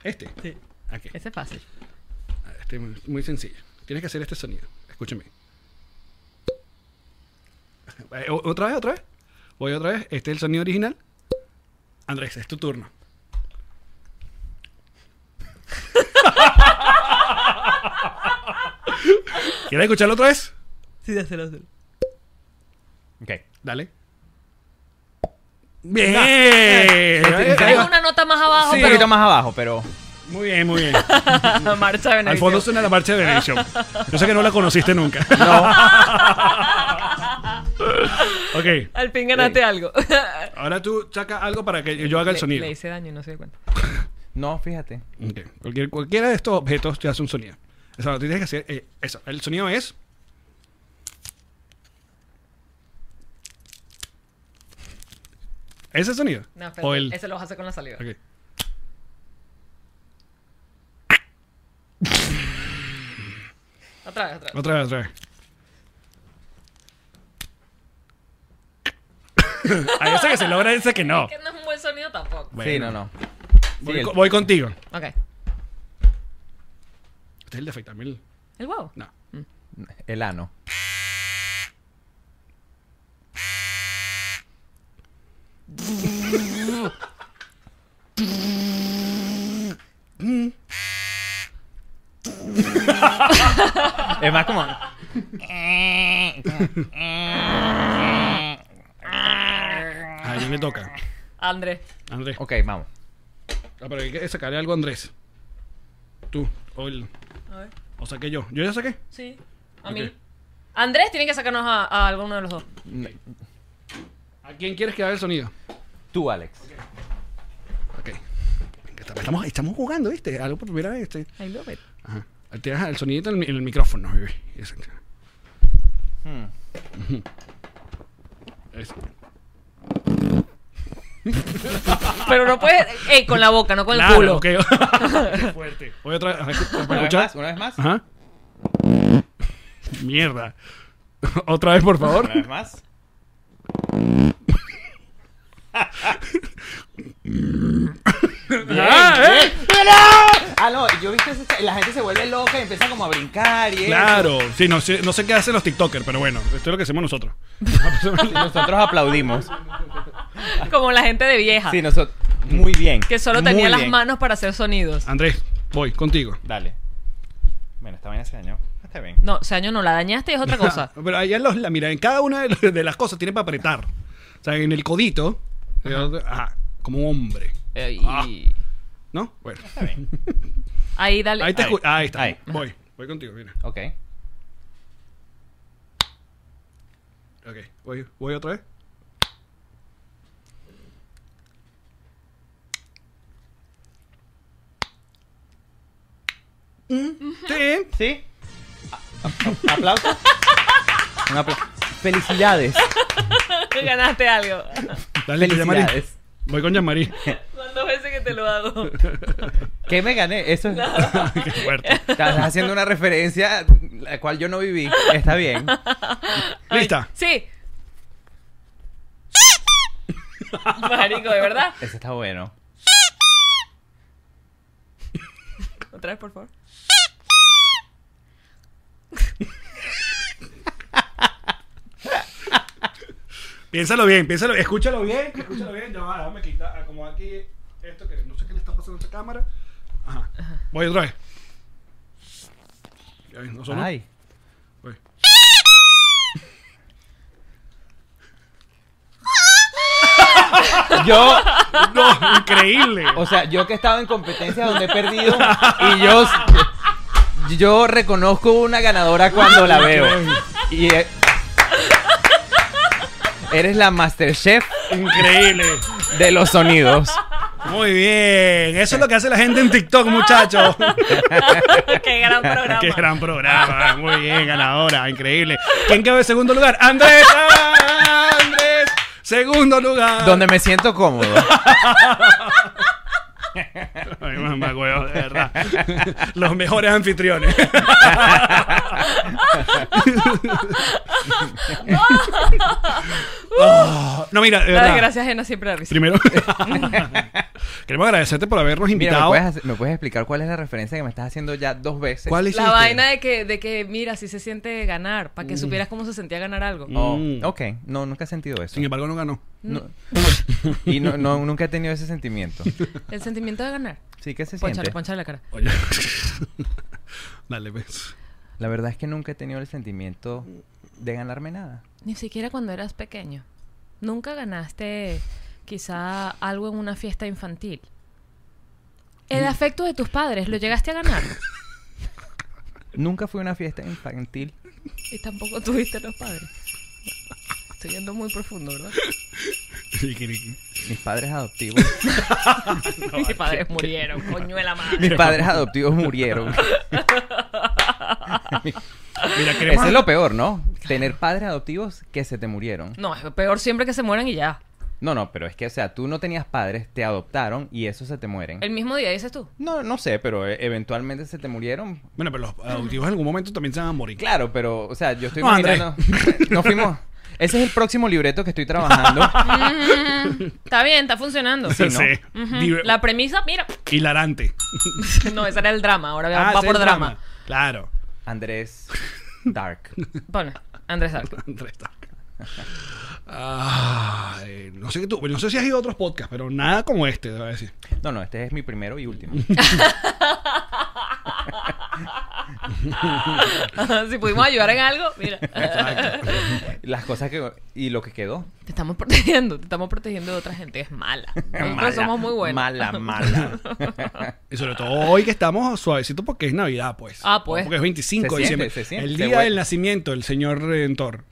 A: Este. Sí.
C: esto. Ese es fácil.
A: Este es muy- muy sencillo. Tienes que hacer este sonido. Escúchame. Eh, o- ¿Otra vez? ¿Otra vez? Voy otra vez. Este es el sonido original. Andrés, es tu turno. ¿Quieres escucharlo otra vez?
C: Sí, hazlo, hazlo.
F: Ok.
A: Dale. Bien. Ahí va, ahí
C: Tengo
A: va.
C: una nota más abajo,
F: Un
C: Ah, pero
F: poquito más abajo, pero.
A: Muy bien, muy bien.
C: marcha de
A: Al
C: Benedicto.
A: fondo suena la marcha de Benediction. Yo sé que no la conociste nunca. ok.
C: Al fin ganaste algo.
A: Ahora tú saca algo para que yo haga el
C: Le-
A: sonido.
C: Le hice daño y no se dio cuenta.
F: No, fíjate.
A: Ok. Cualquier- cualquiera de estos objetos te hace un sonido. O sea, tú tienes que hacer eh, eso. El sonido es. ¿Ese sonido?
C: No, espérate,
A: o el.
C: Ese lo vas a hacer con la saliva.
A: Ok.
C: Otra vez, otra vez.
A: Otra vez, otra vez. Hay ese que se logra, ese que no.
C: Que no es un buen sonido tampoco.
F: Sí,
A: Bueno.
F: no, no.
A: Voy,
F: Sí, el-
A: co- voy contigo.
C: Ok.
A: Este es el de afeitarme el-
C: El huevo.
A: No.
F: El ano. es más como.
A: A quién le Ah, toca.
C: Andrés.
A: Andrés.
F: Ok, vamos.
A: Ah, pero hay que sacarle algo a Andrés. Tú. O el.
C: A ver.
A: O saqué yo. ¿Yo ya saqué?
C: Sí. A mí. Andrés tiene que sacarnos a, a alguno de los dos.
A: ¿A quién quieres que haga el sonido?
F: Tú, Alex.
A: Ok. Venga, estamos- Estamos, estamos jugando, ¿viste? Algo por primera vez. Este.
C: I love it.
A: Ajá. Tienes el sonidito en el, mi- en el micrófono, bebé. Ese. Hmm. Ujú. Ese.
C: Pero no puedes. Ey, con la boca, no con el
A: Claro,
C: culo.
A: ok. Qué fuerte. Voy otra vez. A ver, ¿Para
F: Una vez
A: escuchar?
F: más, una vez más.
A: Ajá. Mierda. Otra vez, por favor.
F: Una vez más.
A: Ah, ¿eh?
F: Ah, no, yo viste, ese- la gente se vuelve loca y empieza como a brincar y eso.
A: Claro. Sí, no sé, no sé qué hacen los TikTokers, pero bueno, esto es lo que hacemos nosotros.
F: Nosotros aplaudimos.
C: Como la gente de vieja.
F: Sí, nosotros. Muy bien.
C: que solo
F: Muy
C: tenía las
F: bien.
A: Ah.
C: manos para hacer sonidos.
A: Andrés, voy contigo.
F: Dale. Bueno, esta vaina se dañó. Ah, Está se ven.
C: No, o sea, año no, la dañaste y es otra cosa.
A: Ah, Pero allá los, la- mira, en cada una de, los- de las cosas tiene para apretar. O sea, en el codito, eh, ajá, como un hombre.
C: Eh, y-
A: Ah. ¿No? Bueno.
C: Ahí dale.
A: Ahí, te
F: Ahí.
A: escu- ah, ahí está.
F: Ahí.
A: Voy. Voy contigo, mira.
F: Ok.
A: Ok. Voy, voy otra vez. Mm, Sí.
F: ¿Sí? A- a- ¿Aplausos? Un apla- Felicidades.
C: Ganaste algo.
A: Dale, Yamari.
F: Felicidades.
A: Voy con Yamari.
C: ¿Cuántas veces que te lo hago?
F: ¿Qué me gané? Eso es...
A: Qué fuerte.
F: Estás haciendo una referencia la cual yo no viví. Está bien.
A: Lista.
C: Sí. Marico, de verdad.
F: Eso está bueno.
C: Otra vez, por favor.
A: Piénsalo bien, piénsalo bien. Escúchalo bien, escúchalo bien. Ya va, déjame quitar, acomodar aquí esto que no sé qué le está pasando a esta cámara. Ajá. Voy otra vez. Ya ves, no sonó.
F: Ay.
A: Voy.
F: Yo,
A: No, increíble.
F: o sea, yo que he estado en competencias donde he perdido y yo, yo reconozco una ganadora cuando la veo. Y eh, eres la Masterchef
A: Increíble.
F: de los sonidos.
A: Muy bien. Eso es lo que hace la gente en TikTok, muchachos.
C: Qué gran programa.
A: Qué gran programa. Ah, Muy bien, ganadora. Increíble. ¿Quién quedó en segundo lugar? Andrés. Andrés. Segundo lugar.
F: Donde me siento cómodo.
A: Ay, mamá, huevo, de verdad. Los mejores anfitriones. Oh, no, mira, de
C: La
A: verdad.
C: desgracia ajena siempre da risa.
A: Primero, queremos agradecerte por habernos
F: Mira, pues. ¿me
A: invitado.
F: puedes, hacer- ¿me puedes explicar cuál es la referencia que me estás haciendo ya dos veces?
A: ¿Cuál este?
C: La
A: hiciste?
C: vaina de que, de que, mira, si se siente ganar, para que supieras cómo se sentía ganar algo.
F: Oh,
A: Mm.
F: ok, no, nunca he sentido eso.
A: Sin embargo, no ganó.
F: No- y no, no, nunca he tenido ese sentimiento.
C: El sentimiento de ganar.
F: Sí, ¿qué se siente?
C: Ponchale, ponchale la cara.
A: Oye. Dale, pues.
F: La verdad es que nunca he tenido el sentimiento de ganarme nada.
C: Ni siquiera cuando eras pequeño. Nunca ganaste quizá algo en una fiesta infantil. El afecto de tus padres, ¿lo llegaste a ganar?
F: Nunca fui a una fiesta infantil.
C: Y tampoco tuviste los padres. Estoy yendo muy profundo, ¿verdad?
F: Mis padres adoptivos.
C: Mis padres murieron, coño de la madre.
F: Mis padres adoptivos murieron.
A: Mira, queremos.
F: Eso es lo peor, ¿no? Tener padres adoptivos que se te murieron.
C: No, es peor siempre que se mueran y ya.
F: No, no, pero es que, o sea, tú no tenías padres, te adoptaron y esos se te mueren.
C: El mismo día dices tú.
F: No, no sé, pero eh, eventualmente se te murieron.
A: Bueno, pero los adoptivos en algún momento también se van a morir.
F: Claro, pero, o sea, yo estoy
A: No, Andrés.
F: imaginando. Nos fuimos. Ese es el próximo libreto que estoy trabajando.
C: Mm, está bien, está funcionando.
A: Sí,
F: Sí, ¿no?
A: sí.
C: Ujú.
A: Diver-
C: La premisa, mira.
A: Hilarante.
C: No, ese era el drama, ahora
A: Ah,
C: va
A: ese
C: por
A: es
C: drama.
A: Claro.
F: Andrés Dark.
C: Bueno, Andrés Arco.
A: Andrés Stark. Ay, no sé qué tú, no sé si has ido a otros podcasts, pero nada como este, te voy a decir.
F: No, no, este es mi primero y último.
C: si pudimos ayudar en algo, mira.
F: Las cosas que. Y lo que quedó.
C: Te estamos protegiendo, te estamos protegiendo de otra gente, es mala. Nosotros
F: Mala,
C: somos muy buenos.
F: Mala, mala.
A: Y sobre todo hoy que estamos suavecito porque es Navidad, pues.
C: Ah, pues.
A: Porque es 25 de
F: Se siente,
A: diciembre.
F: se siente,
A: el
F: se
A: día
F: huele.
A: del nacimiento del Señor eh, Redentor.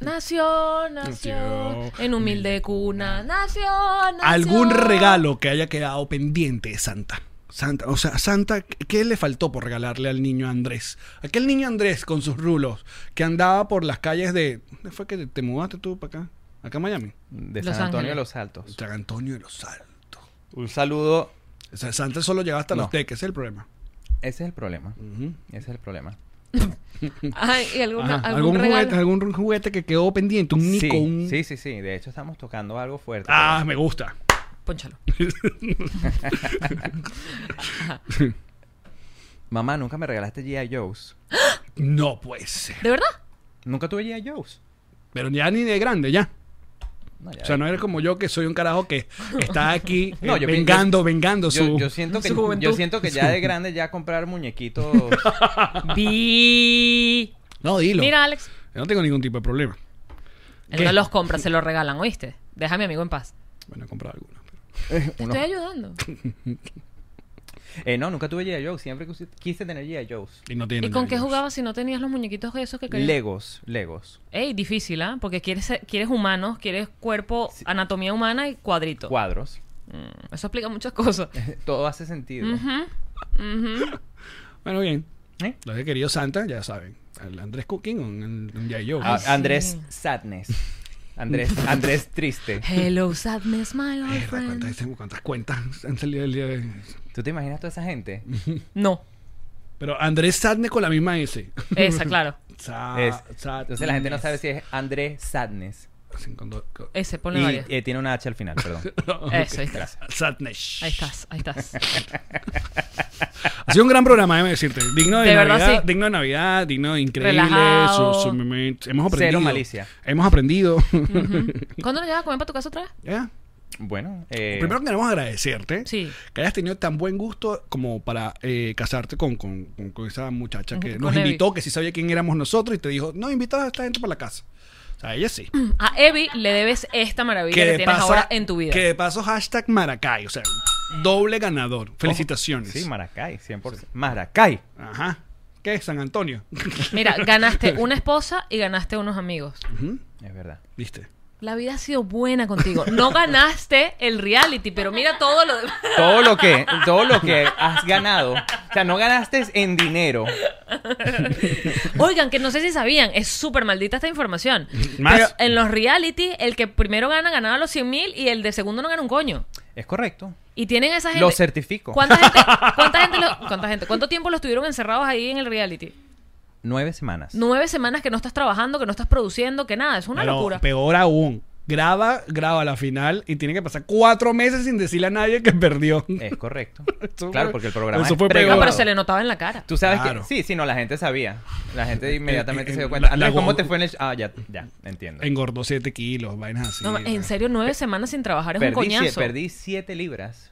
C: Nació, nació,
A: Nació,
C: en humilde cuna, nació, nació.
A: ¿Algún regalo que haya quedado pendiente de Santa? Santa, o sea, Santa, ¿qué le faltó por regalarle al niño Andrés? Aquel niño Andrés con sus rulos que andaba por las calles de. ¿Dónde fue que te mudaste tú para acá? Acá en Miami.
F: De
C: Los
F: San Antonio
C: Ángeles.
F: de los Altos.
A: San Antonio de los Altos.
F: Un saludo.
A: O sea, Santa solo llegaba hasta
F: No.
A: los teques, ese es el problema.
F: Ese es el problema.
A: Ujú.
F: Ese es el problema.
C: Ay, ¿y alguna-
A: Ajá,
C: algún, regalo?
A: juguete, algún juguete que quedó pendiente, un Nico,
F: sí,
A: un-
F: sí, sí, sí. De hecho, estamos tocando algo fuerte.
A: Ah, me gusta.
C: Pónchalo.
F: Mamá, nunca me regalaste G.I. Joe's.
A: No puede ser.
C: ¿De verdad?
F: Nunca tuve G.I. Joe's.
A: Pero ya ni de grande, ya. o sea, no eres como yo que soy un carajo que está aquí eh, vengando,
F: yo-
A: vengando
F: yo-
A: su.
F: Yo siento que,
A: su
F: yo
A: juventud.
F: siento que ya de grande ya comprar muñequitos.
C: Vi.
A: No, dilo.
C: Mira, Alex.
A: Yo no tengo ningún tipo de problema.
C: Él
A: ¿Qué?
C: no los compra, se los regalan, ¿oíste? Deja a mi amigo en paz.
A: Bueno, he comprado alguno.
C: Te
F: unos-
C: estoy ayudando.
F: Eh, no, nunca tuve G.I. Joe. Siempre quise- quise tener G.I. Joe's.
A: Y no tiene
C: ¿Y con
A: nada
C: qué
A: que ver.
C: jugabas si no tenías los muñequitos esos que querías?
F: Legos, Legos.
C: Ey, difícil, ¿ah? Porque quieres, ser- quieres humanos, quieres cuerpo, anatomía humana y cuadrito.
F: Cuadros.
C: Mm, Eso explica muchas cosas.
F: Todo hace sentido.
C: Ujú, ujú.
A: Bueno, bien.
F: ¿Eh?
A: Los de querido Santa, ya saben. El Andrés Cooking, un, un G.I. Joe.
F: A-
C: Ay, sí.
F: Andrés Sadness. Andrés, Andrés Triste.
C: Hello, sadness, my old
A: Mierda,
C: friend.
A: ¿cuántas, cuántas cuentas han salido el día de hoy?
F: ¿Tú te imaginas toda esa gente?
C: No,
A: Pero Andrés Sadne con la misma S.
C: esa, claro.
A: Sa-
F: Es-
A: Sadness.
F: entonces la gente no sabe si es Andrés Sadness.
A: Sin condo- co-
C: Ese, ponle
F: Y
C: varias.
F: eh, tiene una H al final, perdón.
C: Eso, ahí estás.
A: Sadness.
C: Ahí estás, ahí estás.
A: Ha sido un gran programa, déjame decirte. Digno de,
C: De
A: Navidad,
C: verdad, sí.
A: digno de Navidad, digno de increíble.
C: Relajado.
A: su- su- hemos aprendido.
F: Cero malicia.
A: Hemos aprendido.
C: ¿Cuándo nos llevas a comer para tu casa otra vez?
A: Ya.
F: Bueno, eh,
A: Primero queremos agradecerte
C: Sí.
A: que hayas tenido tan buen gusto como para eh, casarte con, con- con- con esa muchacha que
C: Ujú,
A: nos
C: con Evi.
A: invitó, que sí sabía quién éramos nosotros y te dijo, no, invita a esta gente para la casa. O sea, ella sí.
C: A Evi le debes esta maravilla que,
A: de
C: tienes
A: paso-
C: ahora en tu vida.
A: Que de paso hashtag Maracay, o sea, doble ganador. Felicitaciones.
F: Sí, Maracay, 100%. Maracay.
A: Ajá. ¿Qué? San Antonio.
C: Mira, ganaste una esposa y ganaste unos amigos.
A: Ujú,
F: Es verdad.
A: ¿Viste?
C: La vida ha sido buena contigo. No ganaste el reality, pero mira todo lo demás.
F: Todo lo que, todo lo que has ganado. O sea, no ganaste en dinero.
C: Oigan, que no sé si sabían, es súper maldita esta información.
A: Más.
C: Pero en los reality, el que primero gana ganaba los 100 mil y el de segundo no gana un coño.
F: Es correcto.
C: Y tienen a esa gente.
F: Lo certifico.
C: ¿Cuánta gente, cuánta gente lo- cuánta gente- ¿Cuánto tiempo los tuvieron encerrados ahí en el reality?
F: Nueve semanas.
C: Nueve semanas que no estás trabajando, que no estás produciendo, que nada, es una
A: Pero
C: locura.
A: Peor aún. Graba, graba la final y tiene que pasar cuatro meses sin decirle a nadie que perdió.
F: Es correcto.
A: Eso
F: claro,
A: fue-
F: porque el programa
A: eso
F: es
A: fue
F: pregrabado.
C: No,
A: peor.
C: Ah, pero se le notaba en la cara.
F: Tú sabes
A: Claro.
F: que sí, sí, no, la gente sabía. La gente inmediatamente
A: eh,
F: se
A: eh,
F: dio cuenta.
A: la- la
F: Andrés, ¿cómo
A: go-
F: te fue en el sh- Ah, ya, ya, entiendo.
A: Engordó 7 kilos, vainas así.
C: No, en serio, nueve semanas sin trabajar es
F: perdí,
C: un coñazo.
F: sie- perdí siete libras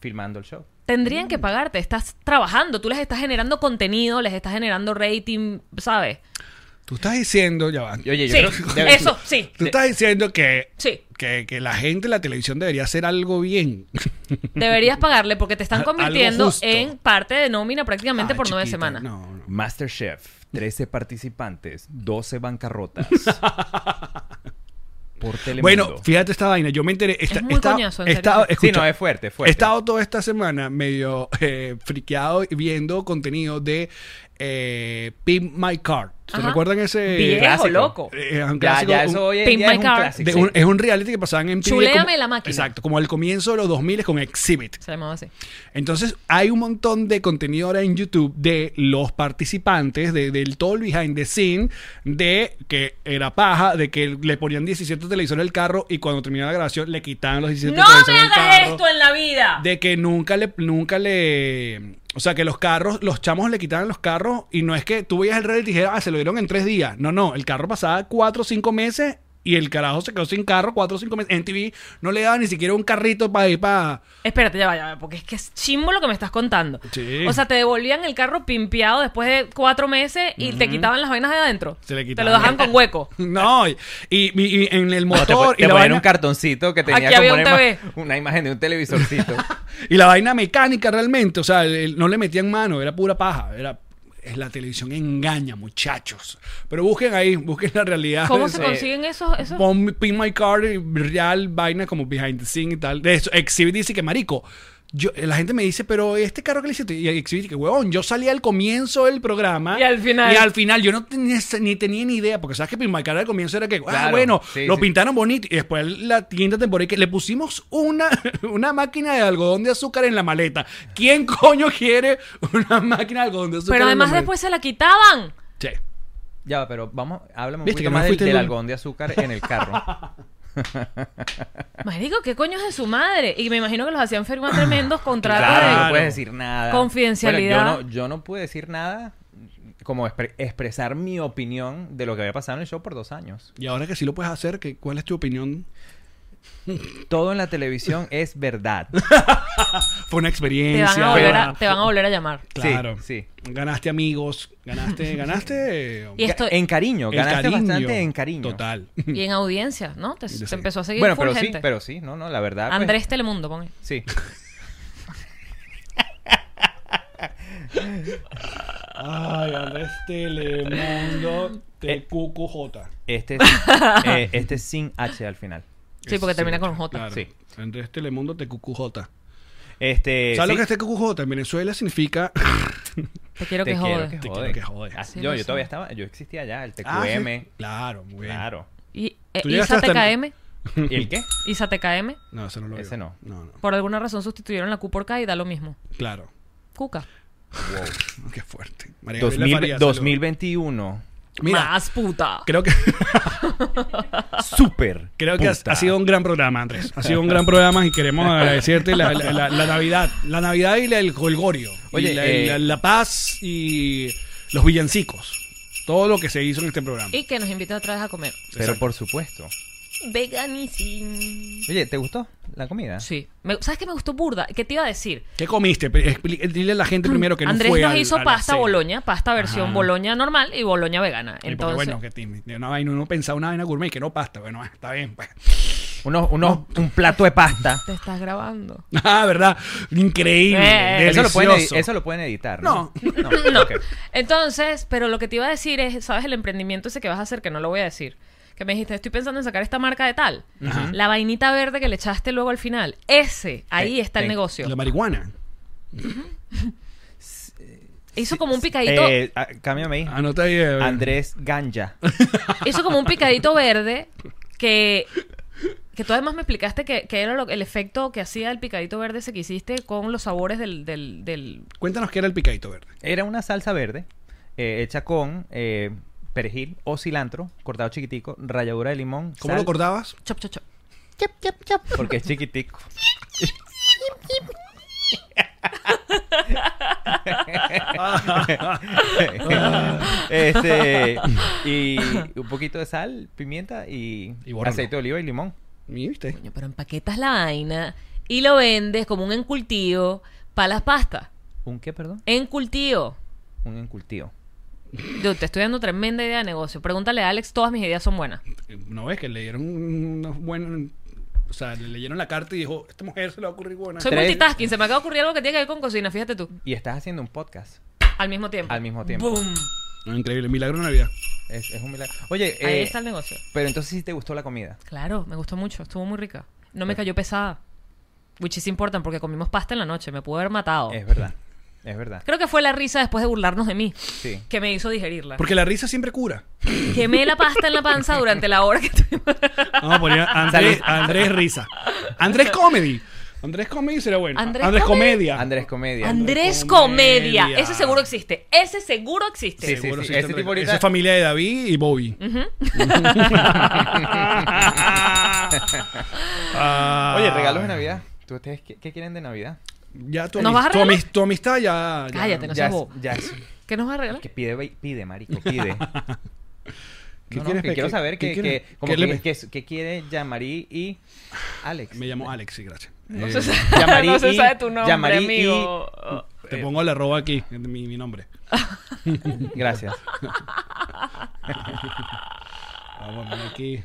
F: filmando el show.
C: Tendrían que pagarte, estás trabajando, tú les estás generando contenido, les estás generando rating, ¿sabes?
A: Tú estás diciendo, ya va.
F: Y Oye, yo
C: Sí,
F: creo ya ves tú.
C: eso, sí,
A: Tú estás diciendo que,
C: sí.
A: que, que la gente, la televisión debería hacer algo bien.
C: Deberías pagarle porque te
A: A-
C: están
A: algo
C: convirtiendo
A: justo.
C: en parte de nómina prácticamente
A: Ah,
C: por nueve
A: chiquita,
C: semanas.
A: No, no.
F: Masterchef, 13 participantes, 12 bancarrotas. por Telemundo.
A: Bueno, fíjate esta vaina. Yo me enteré. Esta,
C: muy
A: esta-
C: coñazo, en
A: esta-
C: serio.
F: sí,
A: escucha,
F: no, es fuerte, es
A: He
F: fuerte.
A: estado toda esta semana medio eh, friqueado y viendo contenido de eh, Pimp My Car. ¿Se
C: Ajá.
A: recuerdan ese?
C: Viejo,
F: clásico.
C: loco.
A: Eh, un
F: ya,
A: clásico,
F: ya,
A: un-
F: eso hoy en
C: Pimp
F: día
C: My
F: es un
C: Car.
F: clásico.
A: de un- es un reality que pasaban en MTV como-
C: Chuléame la máquina.
A: Exacto, como al comienzo de los 2000 con Exhibit.
C: Se llamaba así.
A: Entonces hay un montón de contenido ahora en YouTube de los participantes, de, del todo el behind the scene, de que era paja, de que le ponían 17 televisores al carro y cuando terminaba la grabación le quitaban los 17
C: ¡No me
A: televisores al carro.
C: hagas esto en la vida!
A: De que nunca le, nunca le. O sea, que los carros, los chamos le quitaban los carros y no es que tú veías el reality y dijeras, ah, se lo dieron en tres días. No, no, el carro pasaba cuatro o cinco meses y el carajo se quedó sin carro cuatro o cinco meses. En TV no le daba ni siquiera un carrito para ir para.
C: Espérate, ya va, ya va, porque es que es chimbo lo que me estás contando.
A: Sí.
C: O sea, te devolvían el carro pimpeado después de cuatro meses y te quitaban las vainas de adentro.
A: Se le
C: Te
A: quitaban.
C: lo dejaban con hueco.
A: No, y, y- y en el
F: No, te
A: motor.
F: po- te
A: y, la
F: ponían
A: vaina,
F: un cartoncito que
C: Aquí
F: tenía como
C: había
F: una,
C: un
F: ima-
C: TV.
F: una imagen de un televisorcito.
A: y la vaina mecánica realmente. O sea, el- el- no le metían mano, era pura paja. Era. es La televisión engaña, muchachos. Pero busquen ahí, busquen la realidad.
C: ¿Cómo
A: de
C: se
A: eso.
C: consiguen esos? esos?
A: Pon mi- Pin My Card, y real, vaina como behind the scene y tal. De eso, Exhibit dice que marico. Yo, eh, la gente me dice, pero este carro que le hiciste. Y Exhibit dice que huevón, yo salí al comienzo del programa.
C: Y al final.
A: Y al final yo no tenía, ni tenía ni idea, porque sabes que Pin My Card al comienzo era que, ah,
F: Claro,
A: bueno,
F: sí,
A: lo
F: sí.
A: pintaron bonito. Y después la quinta temporada que le pusimos una, una máquina de algodón de azúcar en la maleta. ¿Quién coño quiere una máquina de algodón de azúcar?
C: Pero
A: en la
C: además
A: maleta?
C: después se la quitaban.
A: Sí.
F: ya, va, pero vamos, háblame un
A: Viste que
F: poquito
A: no
F: más del,
A: fuiste
F: del
A: el-
F: algodón de azúcar en el carro.
C: Marico, ¿qué coño es de su madre? Y me imagino que los hacían firmar tremendos contratos
F: Claro,
C: de-
F: no puedes decir nada.
C: Confidencialidad.
F: Bueno, yo, no, yo no pude decir nada como expre- expresar mi opinión de lo que había pasado en el show por dos años.
A: Y ahora que sí lo puedes hacer, ¿qué- ¿cuál es tu opinión?
F: Todo en la televisión es verdad.
A: Fue una
C: Te
A: experiencia.
C: van, a volver a, te van a volver a llamar.
A: Claro.
F: Sí,
A: Ganaste amigos, ganaste, ganaste.
C: Y esto-
F: En cariño,
A: el
F: ganaste
A: cariño.
F: bastante en cariño.
A: Total.
C: Y en audiencia, ¿no? Te, te empezó a seguir
F: Bueno,
C: full
F: pero sí,
C: gente.
F: pero sí, no, no, la verdad. pues,
C: Andrés Telemundo, pon.
F: Sí.
A: Ay, Andrés
F: Eh.
A: Telemundo TQQJ.
F: Este es, eh, este es sin H al final.
C: Sí, porque termina con J.
A: Claro.
F: Sí.
A: Andrés Telemundo TQQJ.
F: Este.
A: ¿Sabes lo
F: sí, Ah,
A: que es TQQJ? En Venezuela significa.
C: Te quiero
F: te
C: que
F: quiero
C: jode.
F: que
A: Te
F: jode.
A: quiero que jode.
F: Ah,
C: Sí,
F: yo,
C: lo
F: yo
C: sé.
F: todavía estaba, yo existía ya, el TQM.
A: Ah, sí. Claro, muy bien.
F: Claro.
C: ¿Y, eh,
A: Tú
C: Isa
A: llegaste hasta-
C: TKM?
F: ¿Y el qué?
C: Isa TKM.
A: No, ese no lo veo.
F: Ese no.
A: No, no.
C: Por alguna razón sustituyeron la Q por K y da lo mismo.
A: Claro.
C: Cuca.
A: Qué fuerte. María Gabriela
F: 2000
A: Farías,
F: 2021.
A: saludos. Mira,
C: Más puta.
A: creo que.
F: Súper.
A: Creo que ha,
F: puta.
A: ha sido un gran programa, Andrés. Ha sido un gran programa y queremos agradecerte la, la- la- la Navidad. La Navidad y la- el colgorio.
F: Oye,
A: la,
F: eh,
A: la- la paz y los villancicos. Todo lo que se hizo en este programa.
C: Y que nos invita otra vez a comer.
F: Pero por supuesto.
C: Veganisim.
F: Oye, ¿te gustó la comida?
C: Sí. Me- ¿Sabes qué me gustó burda? ¿Qué te iba a decir?
A: ¿Qué comiste? Pe- expli- Dile a la gente primero que no
C: Andrés
A: fue
C: nos
A: al-
C: hizo
A: a la
C: pasta
A: cena.
C: boloña, pasta versión
A: Ajá.
C: boloña normal y boloña vegana.
A: Sí, porque,
C: Entonces,
A: bueno, que ti- una vaina, uno pensaba una vaina gourmet y que no pasta. Bueno, eh, está bien. pues.
F: Unos, unos, un plato de pasta.
C: te estás grabando.
A: Ah, ¿verdad? Increíble.
C: Eh,
F: Eso lo, pueden edi-
A: delicioso.
F: eso lo pueden editar. No. No.
C: No.
F: ok.
C: Entonces, pero lo que te iba a decir es, ¿sabes el emprendimiento ese que vas a hacer? Que no lo voy a decir. Que me dijiste, estoy pensando en sacar esta marca de tal. La vainita verde que le echaste luego al final. Ese, ahí
F: Eh,
C: está el
F: ten-
C: negocio.
A: La marihuana.
C: Hizo como un picadito,
F: Eh, ah, cámbiame ahí.
A: Anota ahí. eh,
F: Andrés Ganja.
C: hizo como un picadito verde que, que tú además me explicaste que, que era lo- el efecto que hacía el picadito verde ese que hiciste con los sabores del, del, del-
A: Cuéntanos qué era el picadito verde.
F: Era una salsa verde eh, hecha con eh, perejil o cilantro cortado chiquitico, ralladura de limón.
A: ¿Cómo
F: sal,
A: lo cortabas?
C: chop chop chop.
F: Porque es chiquitico. este y un poquito de sal, pimienta y,
A: Y bórralo.
F: aceite de oliva y limón.
A: ¿Viste?
C: Coño, pero empaquetas la vaina y lo vendes como un encultivo para las pastas.
F: ¿Un qué, perdón?
C: Encultivo.
F: Un encultivo.
C: Yo te estoy dando tremenda idea de negocio. Pregúntale a Alex, todas mis ideas son buenas.
A: eh, No ves que le dieron unos buenos. O sea, le leyeron la carta y dijo: Esta mujer se le va a ocurrir buena.
C: Soy
F: Tres-
C: multitasking, se me acaba de ocurrir algo que tiene que ver con cocina, fíjate tú.
F: Y estás haciendo un podcast.
C: Al mismo tiempo.
F: Al mismo tiempo.
C: ¡Bum!
A: No, Ah, increíble, milagro de Navidad.
F: Es, es un milagro. Oye,
C: Ahí
F: eh,
C: está el negocio.
F: pero entonces sí te gustó la comida.
C: Claro, me gustó mucho, estuvo muy rica. No
F: Eh.
C: me cayó pesada. Which is important porque comimos pasta en la noche, me pudo haber matado.
F: Es verdad. Es verdad.
C: Creo que fue la risa después de burlarnos de mí
F: Sí.
C: que me hizo digerirla.
A: Porque la risa siempre cura.
C: Quemé la pasta en la panza durante la hora que estuvimos.
A: Vamos a poner Andrés, Andrés Risa. Andrés Comedy. Andrés Comedy será bueno.
C: Andrés
A: Andrés,
C: Comedy.
A: Comedia.
F: Andrés Comedia.
C: Andrés
A: Comedia.
C: Comedia. Ese seguro existe. Ese seguro existe.
F: Sí, sí,
A: Seguro
F: sí.
A: existe
F: Ese tipo
A: Andrés-
F: ahorita-
A: Esa es familia de David y Bobby. Ah.
F: Oye, regalos de Navidad. ¿Tú ustedes qué, qué quieren de Navidad?
A: Ya tu,
C: ¿Nos
A: amist-
C: vas a
A: tu,
C: regalar?
A: amis- tu amistad ya. ya-
C: Cállate, no
F: ya,
C: seas bobo.
F: ya es-
C: ¿Qué nos va a regalar?
F: que pide, ve- pide, marico, pide.
A: ¿Qué
F: No, no,
A: quieres
F: que
A: pe-
F: quiero
A: qué-
F: saber
A: qué
F: que,
A: quieres?
F: que- como
A: ¿Qué le
F: que-
A: pe-
F: que- que quiere Yamarí y Alex.
A: Me llamo Alex, sí, gracias. Eh,
F: Yamarí
C: no se
F: y-
C: sabe tu nombre,
F: Yamarí y-
C: amigo.
F: Eh,
A: te pongo el arroba aquí, mi, mi nombre.
F: Gracias.
A: Vamos a poner aquí.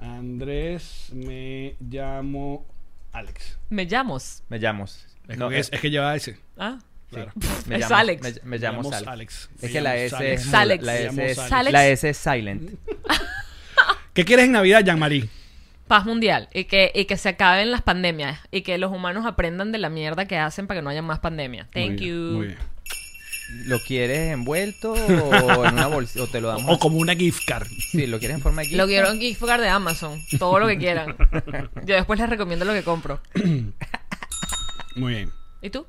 A: Andrés, me llamo Alex.
C: Me llamos.
F: Me llamo.
A: Es,
F: No, eh,
A: que, es,
F: es-
A: es que lleva ese.
C: ¿Ah?
A: Claro.
F: me
C: es
F: llamo-
C: Alex.
F: Me, me llamo
A: Llamo
F: Sal.
A: Alex.
F: Es
A: Me
F: que la
A: llamo
F: S
A: Salex.
F: es
C: Salex.
F: La,
A: Me llamo
F: S es,
A: Salex.
F: la S es silent.
A: ¿Qué quieres en Navidad, Jean-Marie?
C: Paz mundial y que, y que se acaben las pandemias y que los humanos aprendan de la mierda que hacen para que no haya más pandemia. Thank you.
A: Muy bien.
F: ¿Lo quieres envuelto o en una bolsa o te lo damos?
A: O como una gift card.
F: Sí, lo quieres en forma de gift
C: Lo
F: card?
C: quiero en gift card de Amazon, todo lo que quieran. Yo después les recomiendo lo que compro.
A: Muy bien.
C: ¿Y tú?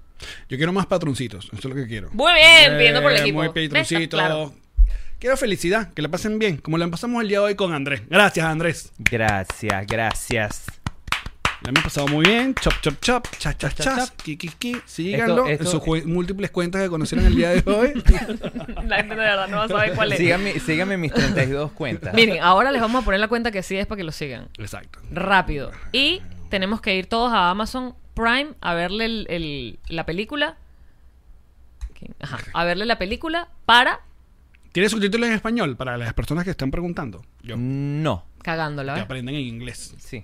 A: Yo quiero más patroncitos. Eso es lo que quiero.
C: Muy bien, pidiendo por el
A: Eh,
C: equipo.
A: Muy
C: Ves,
A: patroncitos.
C: claro.
A: Quiero felicidad, que la pasen bien, como la pasamos el día de hoy con Andrés. Gracias, Andrés.
F: Gracias, gracias.
A: La hemos pasado muy bien. Chop, chop, chop. Chas, chas, chas. Ki, ki, ki. Síganlo
F: Esto- esto-
A: en sus jue- múltiples cuentas que conocieron el día de hoy.
C: La gente de verdad no va a saber cuál es.
F: Síganme, síganme en mis 32 cuentas.
C: Miren, ahora les vamos a poner la cuenta que sí es para que lo sigan.
A: Exacto.
C: Rápido. Y tenemos que ir todos a Amazon Prime a verle el- el- la película. ¿Quién? Ajá, a verle la película para
A: ¿Tiene subtítulo en español para las personas que están preguntando? Yo,
C: Mm,
F: No.
C: cagándola. ¿eh?
A: Que
C: ¿ves?
A: aprenden en inglés.
F: Sí.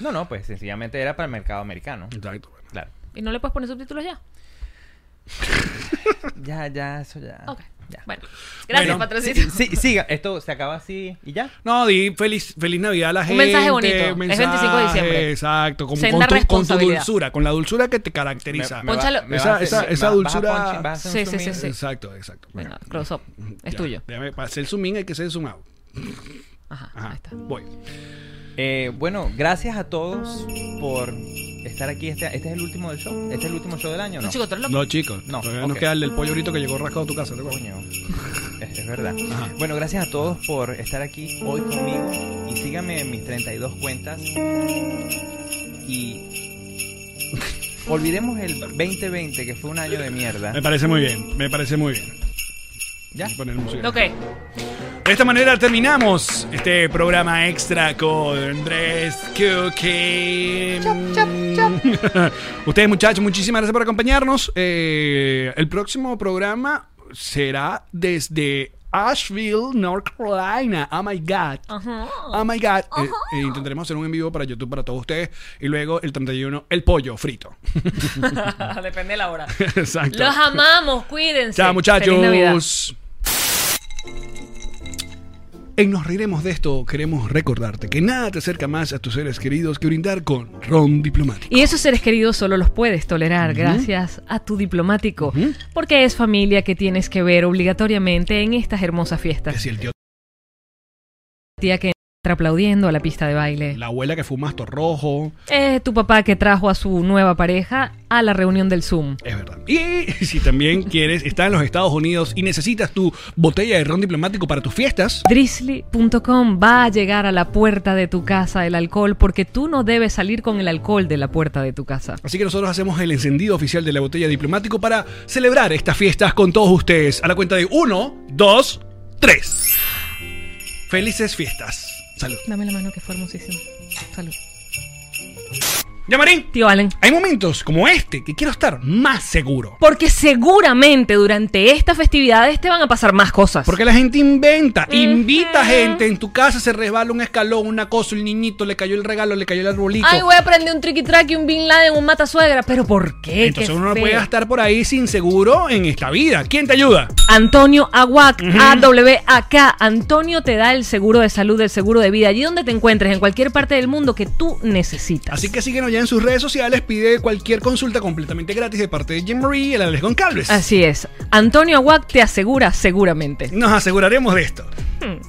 F: No, no, pues sencillamente era para el mercado americano.
A: Exacto. bueno.
F: Claro.
C: ¿Y no le puedes poner subtítulos ya?
F: Ya, ya, eso ya.
C: Ok.
F: Ya.
C: Bueno. Gracias,
A: Bueno,
C: patrocinio.
F: Ah. Sí, sí, siga. Esto se acaba así y ya.
A: No, di feliz, feliz Navidad a la gente.
C: mensaje bonito. Es 25 de diciembre.
A: Exacto. Con,
C: Senda
A: con tu, con tu
C: responsabilidad.
A: dulzura, con la dulzura que te caracteriza.
F: Me- me va-
C: Pónchalo.
F: me va a
A: Esa-
F: hacer-
A: esa-
F: me va-
A: esa
F: vas a
A: dulzura-
F: punch- vas a hacer
C: Sí,
F: un
C: sí, sí,
F: zoom in.
C: sí.
A: Exacto, exacto.
C: Venga, close up. Es
A: Ya,
C: tuyo.
A: déjame- para hacer zoom in hay que ser zoom out.
C: Ajá,
A: Ajá.
C: ahí está.
A: Voy.
F: Eh, bueno, gracias a todos por estar aquí. Este, este es el último del show. Este es el último show del año, ¿no?
C: No, chico, tú eres loco.
A: No, chicos.
F: No,
A: Todavía
F: ok.
A: nos queda el del pollo ahorita que llegó rascado a tu casa. ¿te acuerdas?
F: Coño. Es, es verdad. Bueno, gracias a todos por estar aquí hoy conmigo. Y síganme en mis 32 cuentas. Y. Olvidemos el 2020, que fue un año de mierda.
A: Me parece muy bien. Me parece muy bien.
F: Ya.
A: Voy a poner música.
C: Ok.
A: De esta manera terminamos este programa extra con Andrés Cookie. Ustedes, muchachos, muchísimas gracias por acompañarnos. Eh, el próximo programa será desde Asheville, North Carolina. Oh my God.
C: Ajá.
A: Oh my God. Eh, eh, intentaremos hacer un en vivo para YouTube para todos ustedes. Y luego el 31, el pollo frito.
C: Depende de la hora.
A: Exacto.
C: Los amamos, cuídense.
A: Chao,
C: Feliz Navidad.
A: muchachos. En Nos Riremos de Esto queremos recordarte que nada te acerca más a tus seres queridos que brindar con Ron Diplomático.
C: Y esos seres queridos solo los puedes tolerar gracias a tu diplomático, porque es familia que tienes que ver obligatoriamente en estas hermosas
A: Que
C: fiestas.
A: si el tío,
C: Tía que entra aplaudiendo a la pista de baile.
A: la abuela que fuma masto rojo,
C: Eh, tu papá que trajo a su nueva pareja a la reunión del Zoom.
A: es verdad. Y si también quieres, está en los Estados Unidos y necesitas tu botella de Ron Diplomático para tus fiestas,
C: Drizzly.com va a llegar a la puerta de tu casa el alcohol porque tú no debes salir con el alcohol de la puerta de tu casa.
A: Así que nosotros hacemos el encendido oficial de la botella diplomático para celebrar estas fiestas con todos ustedes. A la cuenta de 1, 2, 3. Felices fiestas. Salud.
C: Dame la mano que fue hermosísimo. Salud.
A: Yamarín,
C: Tío Allen.
A: hay momentos como este que quiero estar más seguro.
C: Porque seguramente durante estas festividades te van a pasar más cosas.
A: Porque la gente inventa, invita gente. En tu casa se resbala un escalón, una cosa, el niñito le cayó el regalo, le cayó el arbolito.
C: Ay, voy a aprender un tricky tracky, un Bin Laden, un matasuegra. ¿Pero por qué?
A: Entonces
C: Qué
A: uno no
C: feo.
A: puede estar por ahí sin seguro en esta vida. ¿Quién te ayuda?
C: Antonio Aguac, AWAK. Antonio te da el seguro de salud, el seguro de vida, allí donde te encuentres, en cualquier parte del mundo que tú necesitas.
A: Así que síguenos ya en sus redes sociales, pide cualquier consulta completamente gratis de parte de Jim Marie y el Alex Goncalves.
C: Así es. Antonio Aguac te asegura seguramente.
A: Nos aseguraremos de esto.
C: Hmm.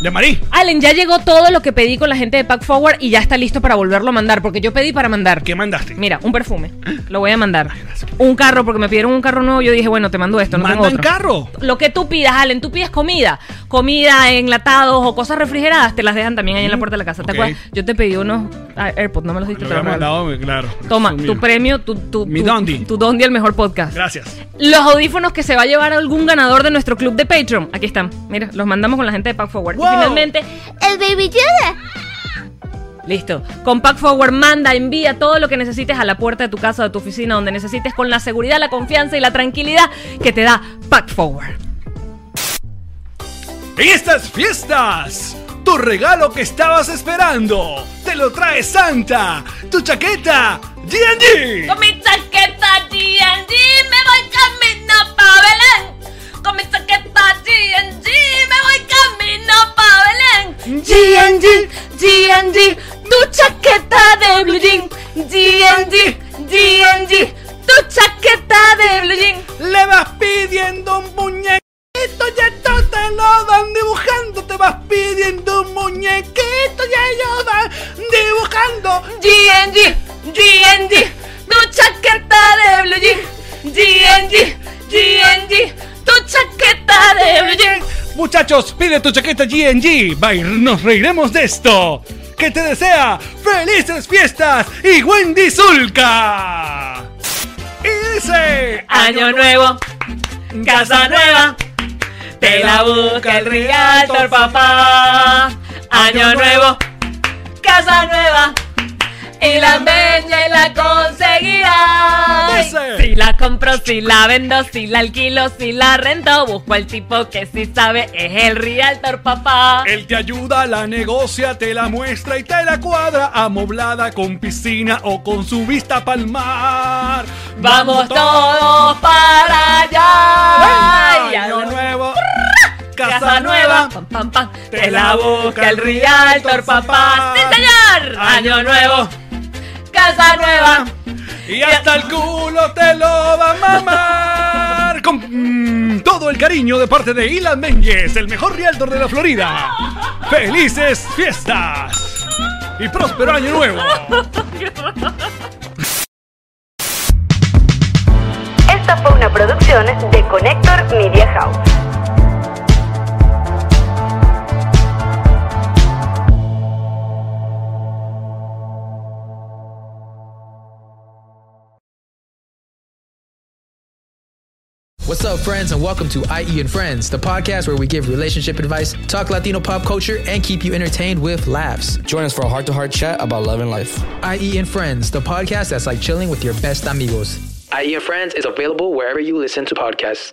A: De Marí.
C: Allen, ya llegó todo lo que pedí con la gente de Pack Forward y ya está listo para volverlo a mandar, porque yo pedí para mandar.
A: ¿Qué mandaste?
C: Mira, un perfume. Lo voy a mandar. Un carro, porque me pidieron un carro nuevo. Yo dije, bueno, te mando esto. No tengo
A: ¿Mandan
C: otro.
A: carro?
C: Lo que tú pidas, Allen, tú pides comida. Comida, enlatados o cosas refrigeradas, te las dejan también ahí en la puerta de la casa.
A: Ok.
C: ¿Te acuerdas? Yo te pedí unos ah, AirPods, no me los diste.
A: Lo
C: te los
A: había
C: regalo.
A: mandado, claro.
C: Toma,
A: Son míos.
C: tu premio, tu, tu,
A: Mi
C: tu-
A: Dondi.
C: tu Dondi, el mejor podcast.
A: Gracias.
C: Los audífonos que se va a llevar algún ganador de nuestro club de Patreon. Aquí están. Mira, los mandamos con la gente de Pack Forward.
A: Wow.
C: Y finalmente, el Baby Yoda. Listo. Con Pack Forward manda, envía todo lo que necesites a la puerta de tu casa o de tu oficina, donde necesites, con la seguridad, la confianza y la tranquilidad que te da Pack Forward.
A: En estas fiestas, tu regalo que estabas esperando, te lo trae Santa. Tu chaqueta, GG.
C: Con mi chaqueta D&D me voy camino pa' Belén. Con mi chaqueta D&D me voy camino pa' Belén. D&D, D&D, tu chaqueta de blue jean. D&D, D&D, tu chaqueta de blue jean.
A: Le vas pidiendo un muñequito y esto te lo van dibujando. Te vas pidiendo un muñequito y ellos van dibujando.
C: D&D, D&D, tu chaqueta de blue jean. D&D, D&D, tu chaqueta de blue jean.
A: Muchachos, pide tu chaqueta GNG. Bye, nos reiremos de esto. que te desea felices fiestas y Wendy Zulka. Y dice...
C: Año nuevo, casa nueva, te la busca el rialto el papá. Año nuevo, casa nueva, y la bella y la conseguirá.
A: Dice.
C: Si la compro, si la vendo, si la alquilo, si la rento, busco al tipo que sí sabe, es el realtor papá.
A: Él te ayuda, la negocia, te la muestra y te la cuadra, amoblada con piscina o con su vista pa'l mar.
C: Vamos todos para allá. Y
A: Año
C: ahora-
A: nuevo,
C: Casa nueva, pam pam pam, te la busca el Rialtor, papá. ¡Sí, señor! Año nuevo, casa nueva,
A: Y hasta el culo te lo va a mamar. Con mm, todo el cariño de parte de Ilan Menges, el mejor realtor de la Florida. ¡Felices fiestas! Y próspero año nuevo.
D: Esta fue una producción de Connector Media House.
L: What's up, friends, and welcome to IE and Friends, the podcast where we give relationship advice, talk Latino pop culture, and keep you entertained with laughs. Join us for a heart to heart chat about love and life. IE and Friends, the podcast that's like chilling with your best amigos. IE and Friends is available wherever you listen to podcasts.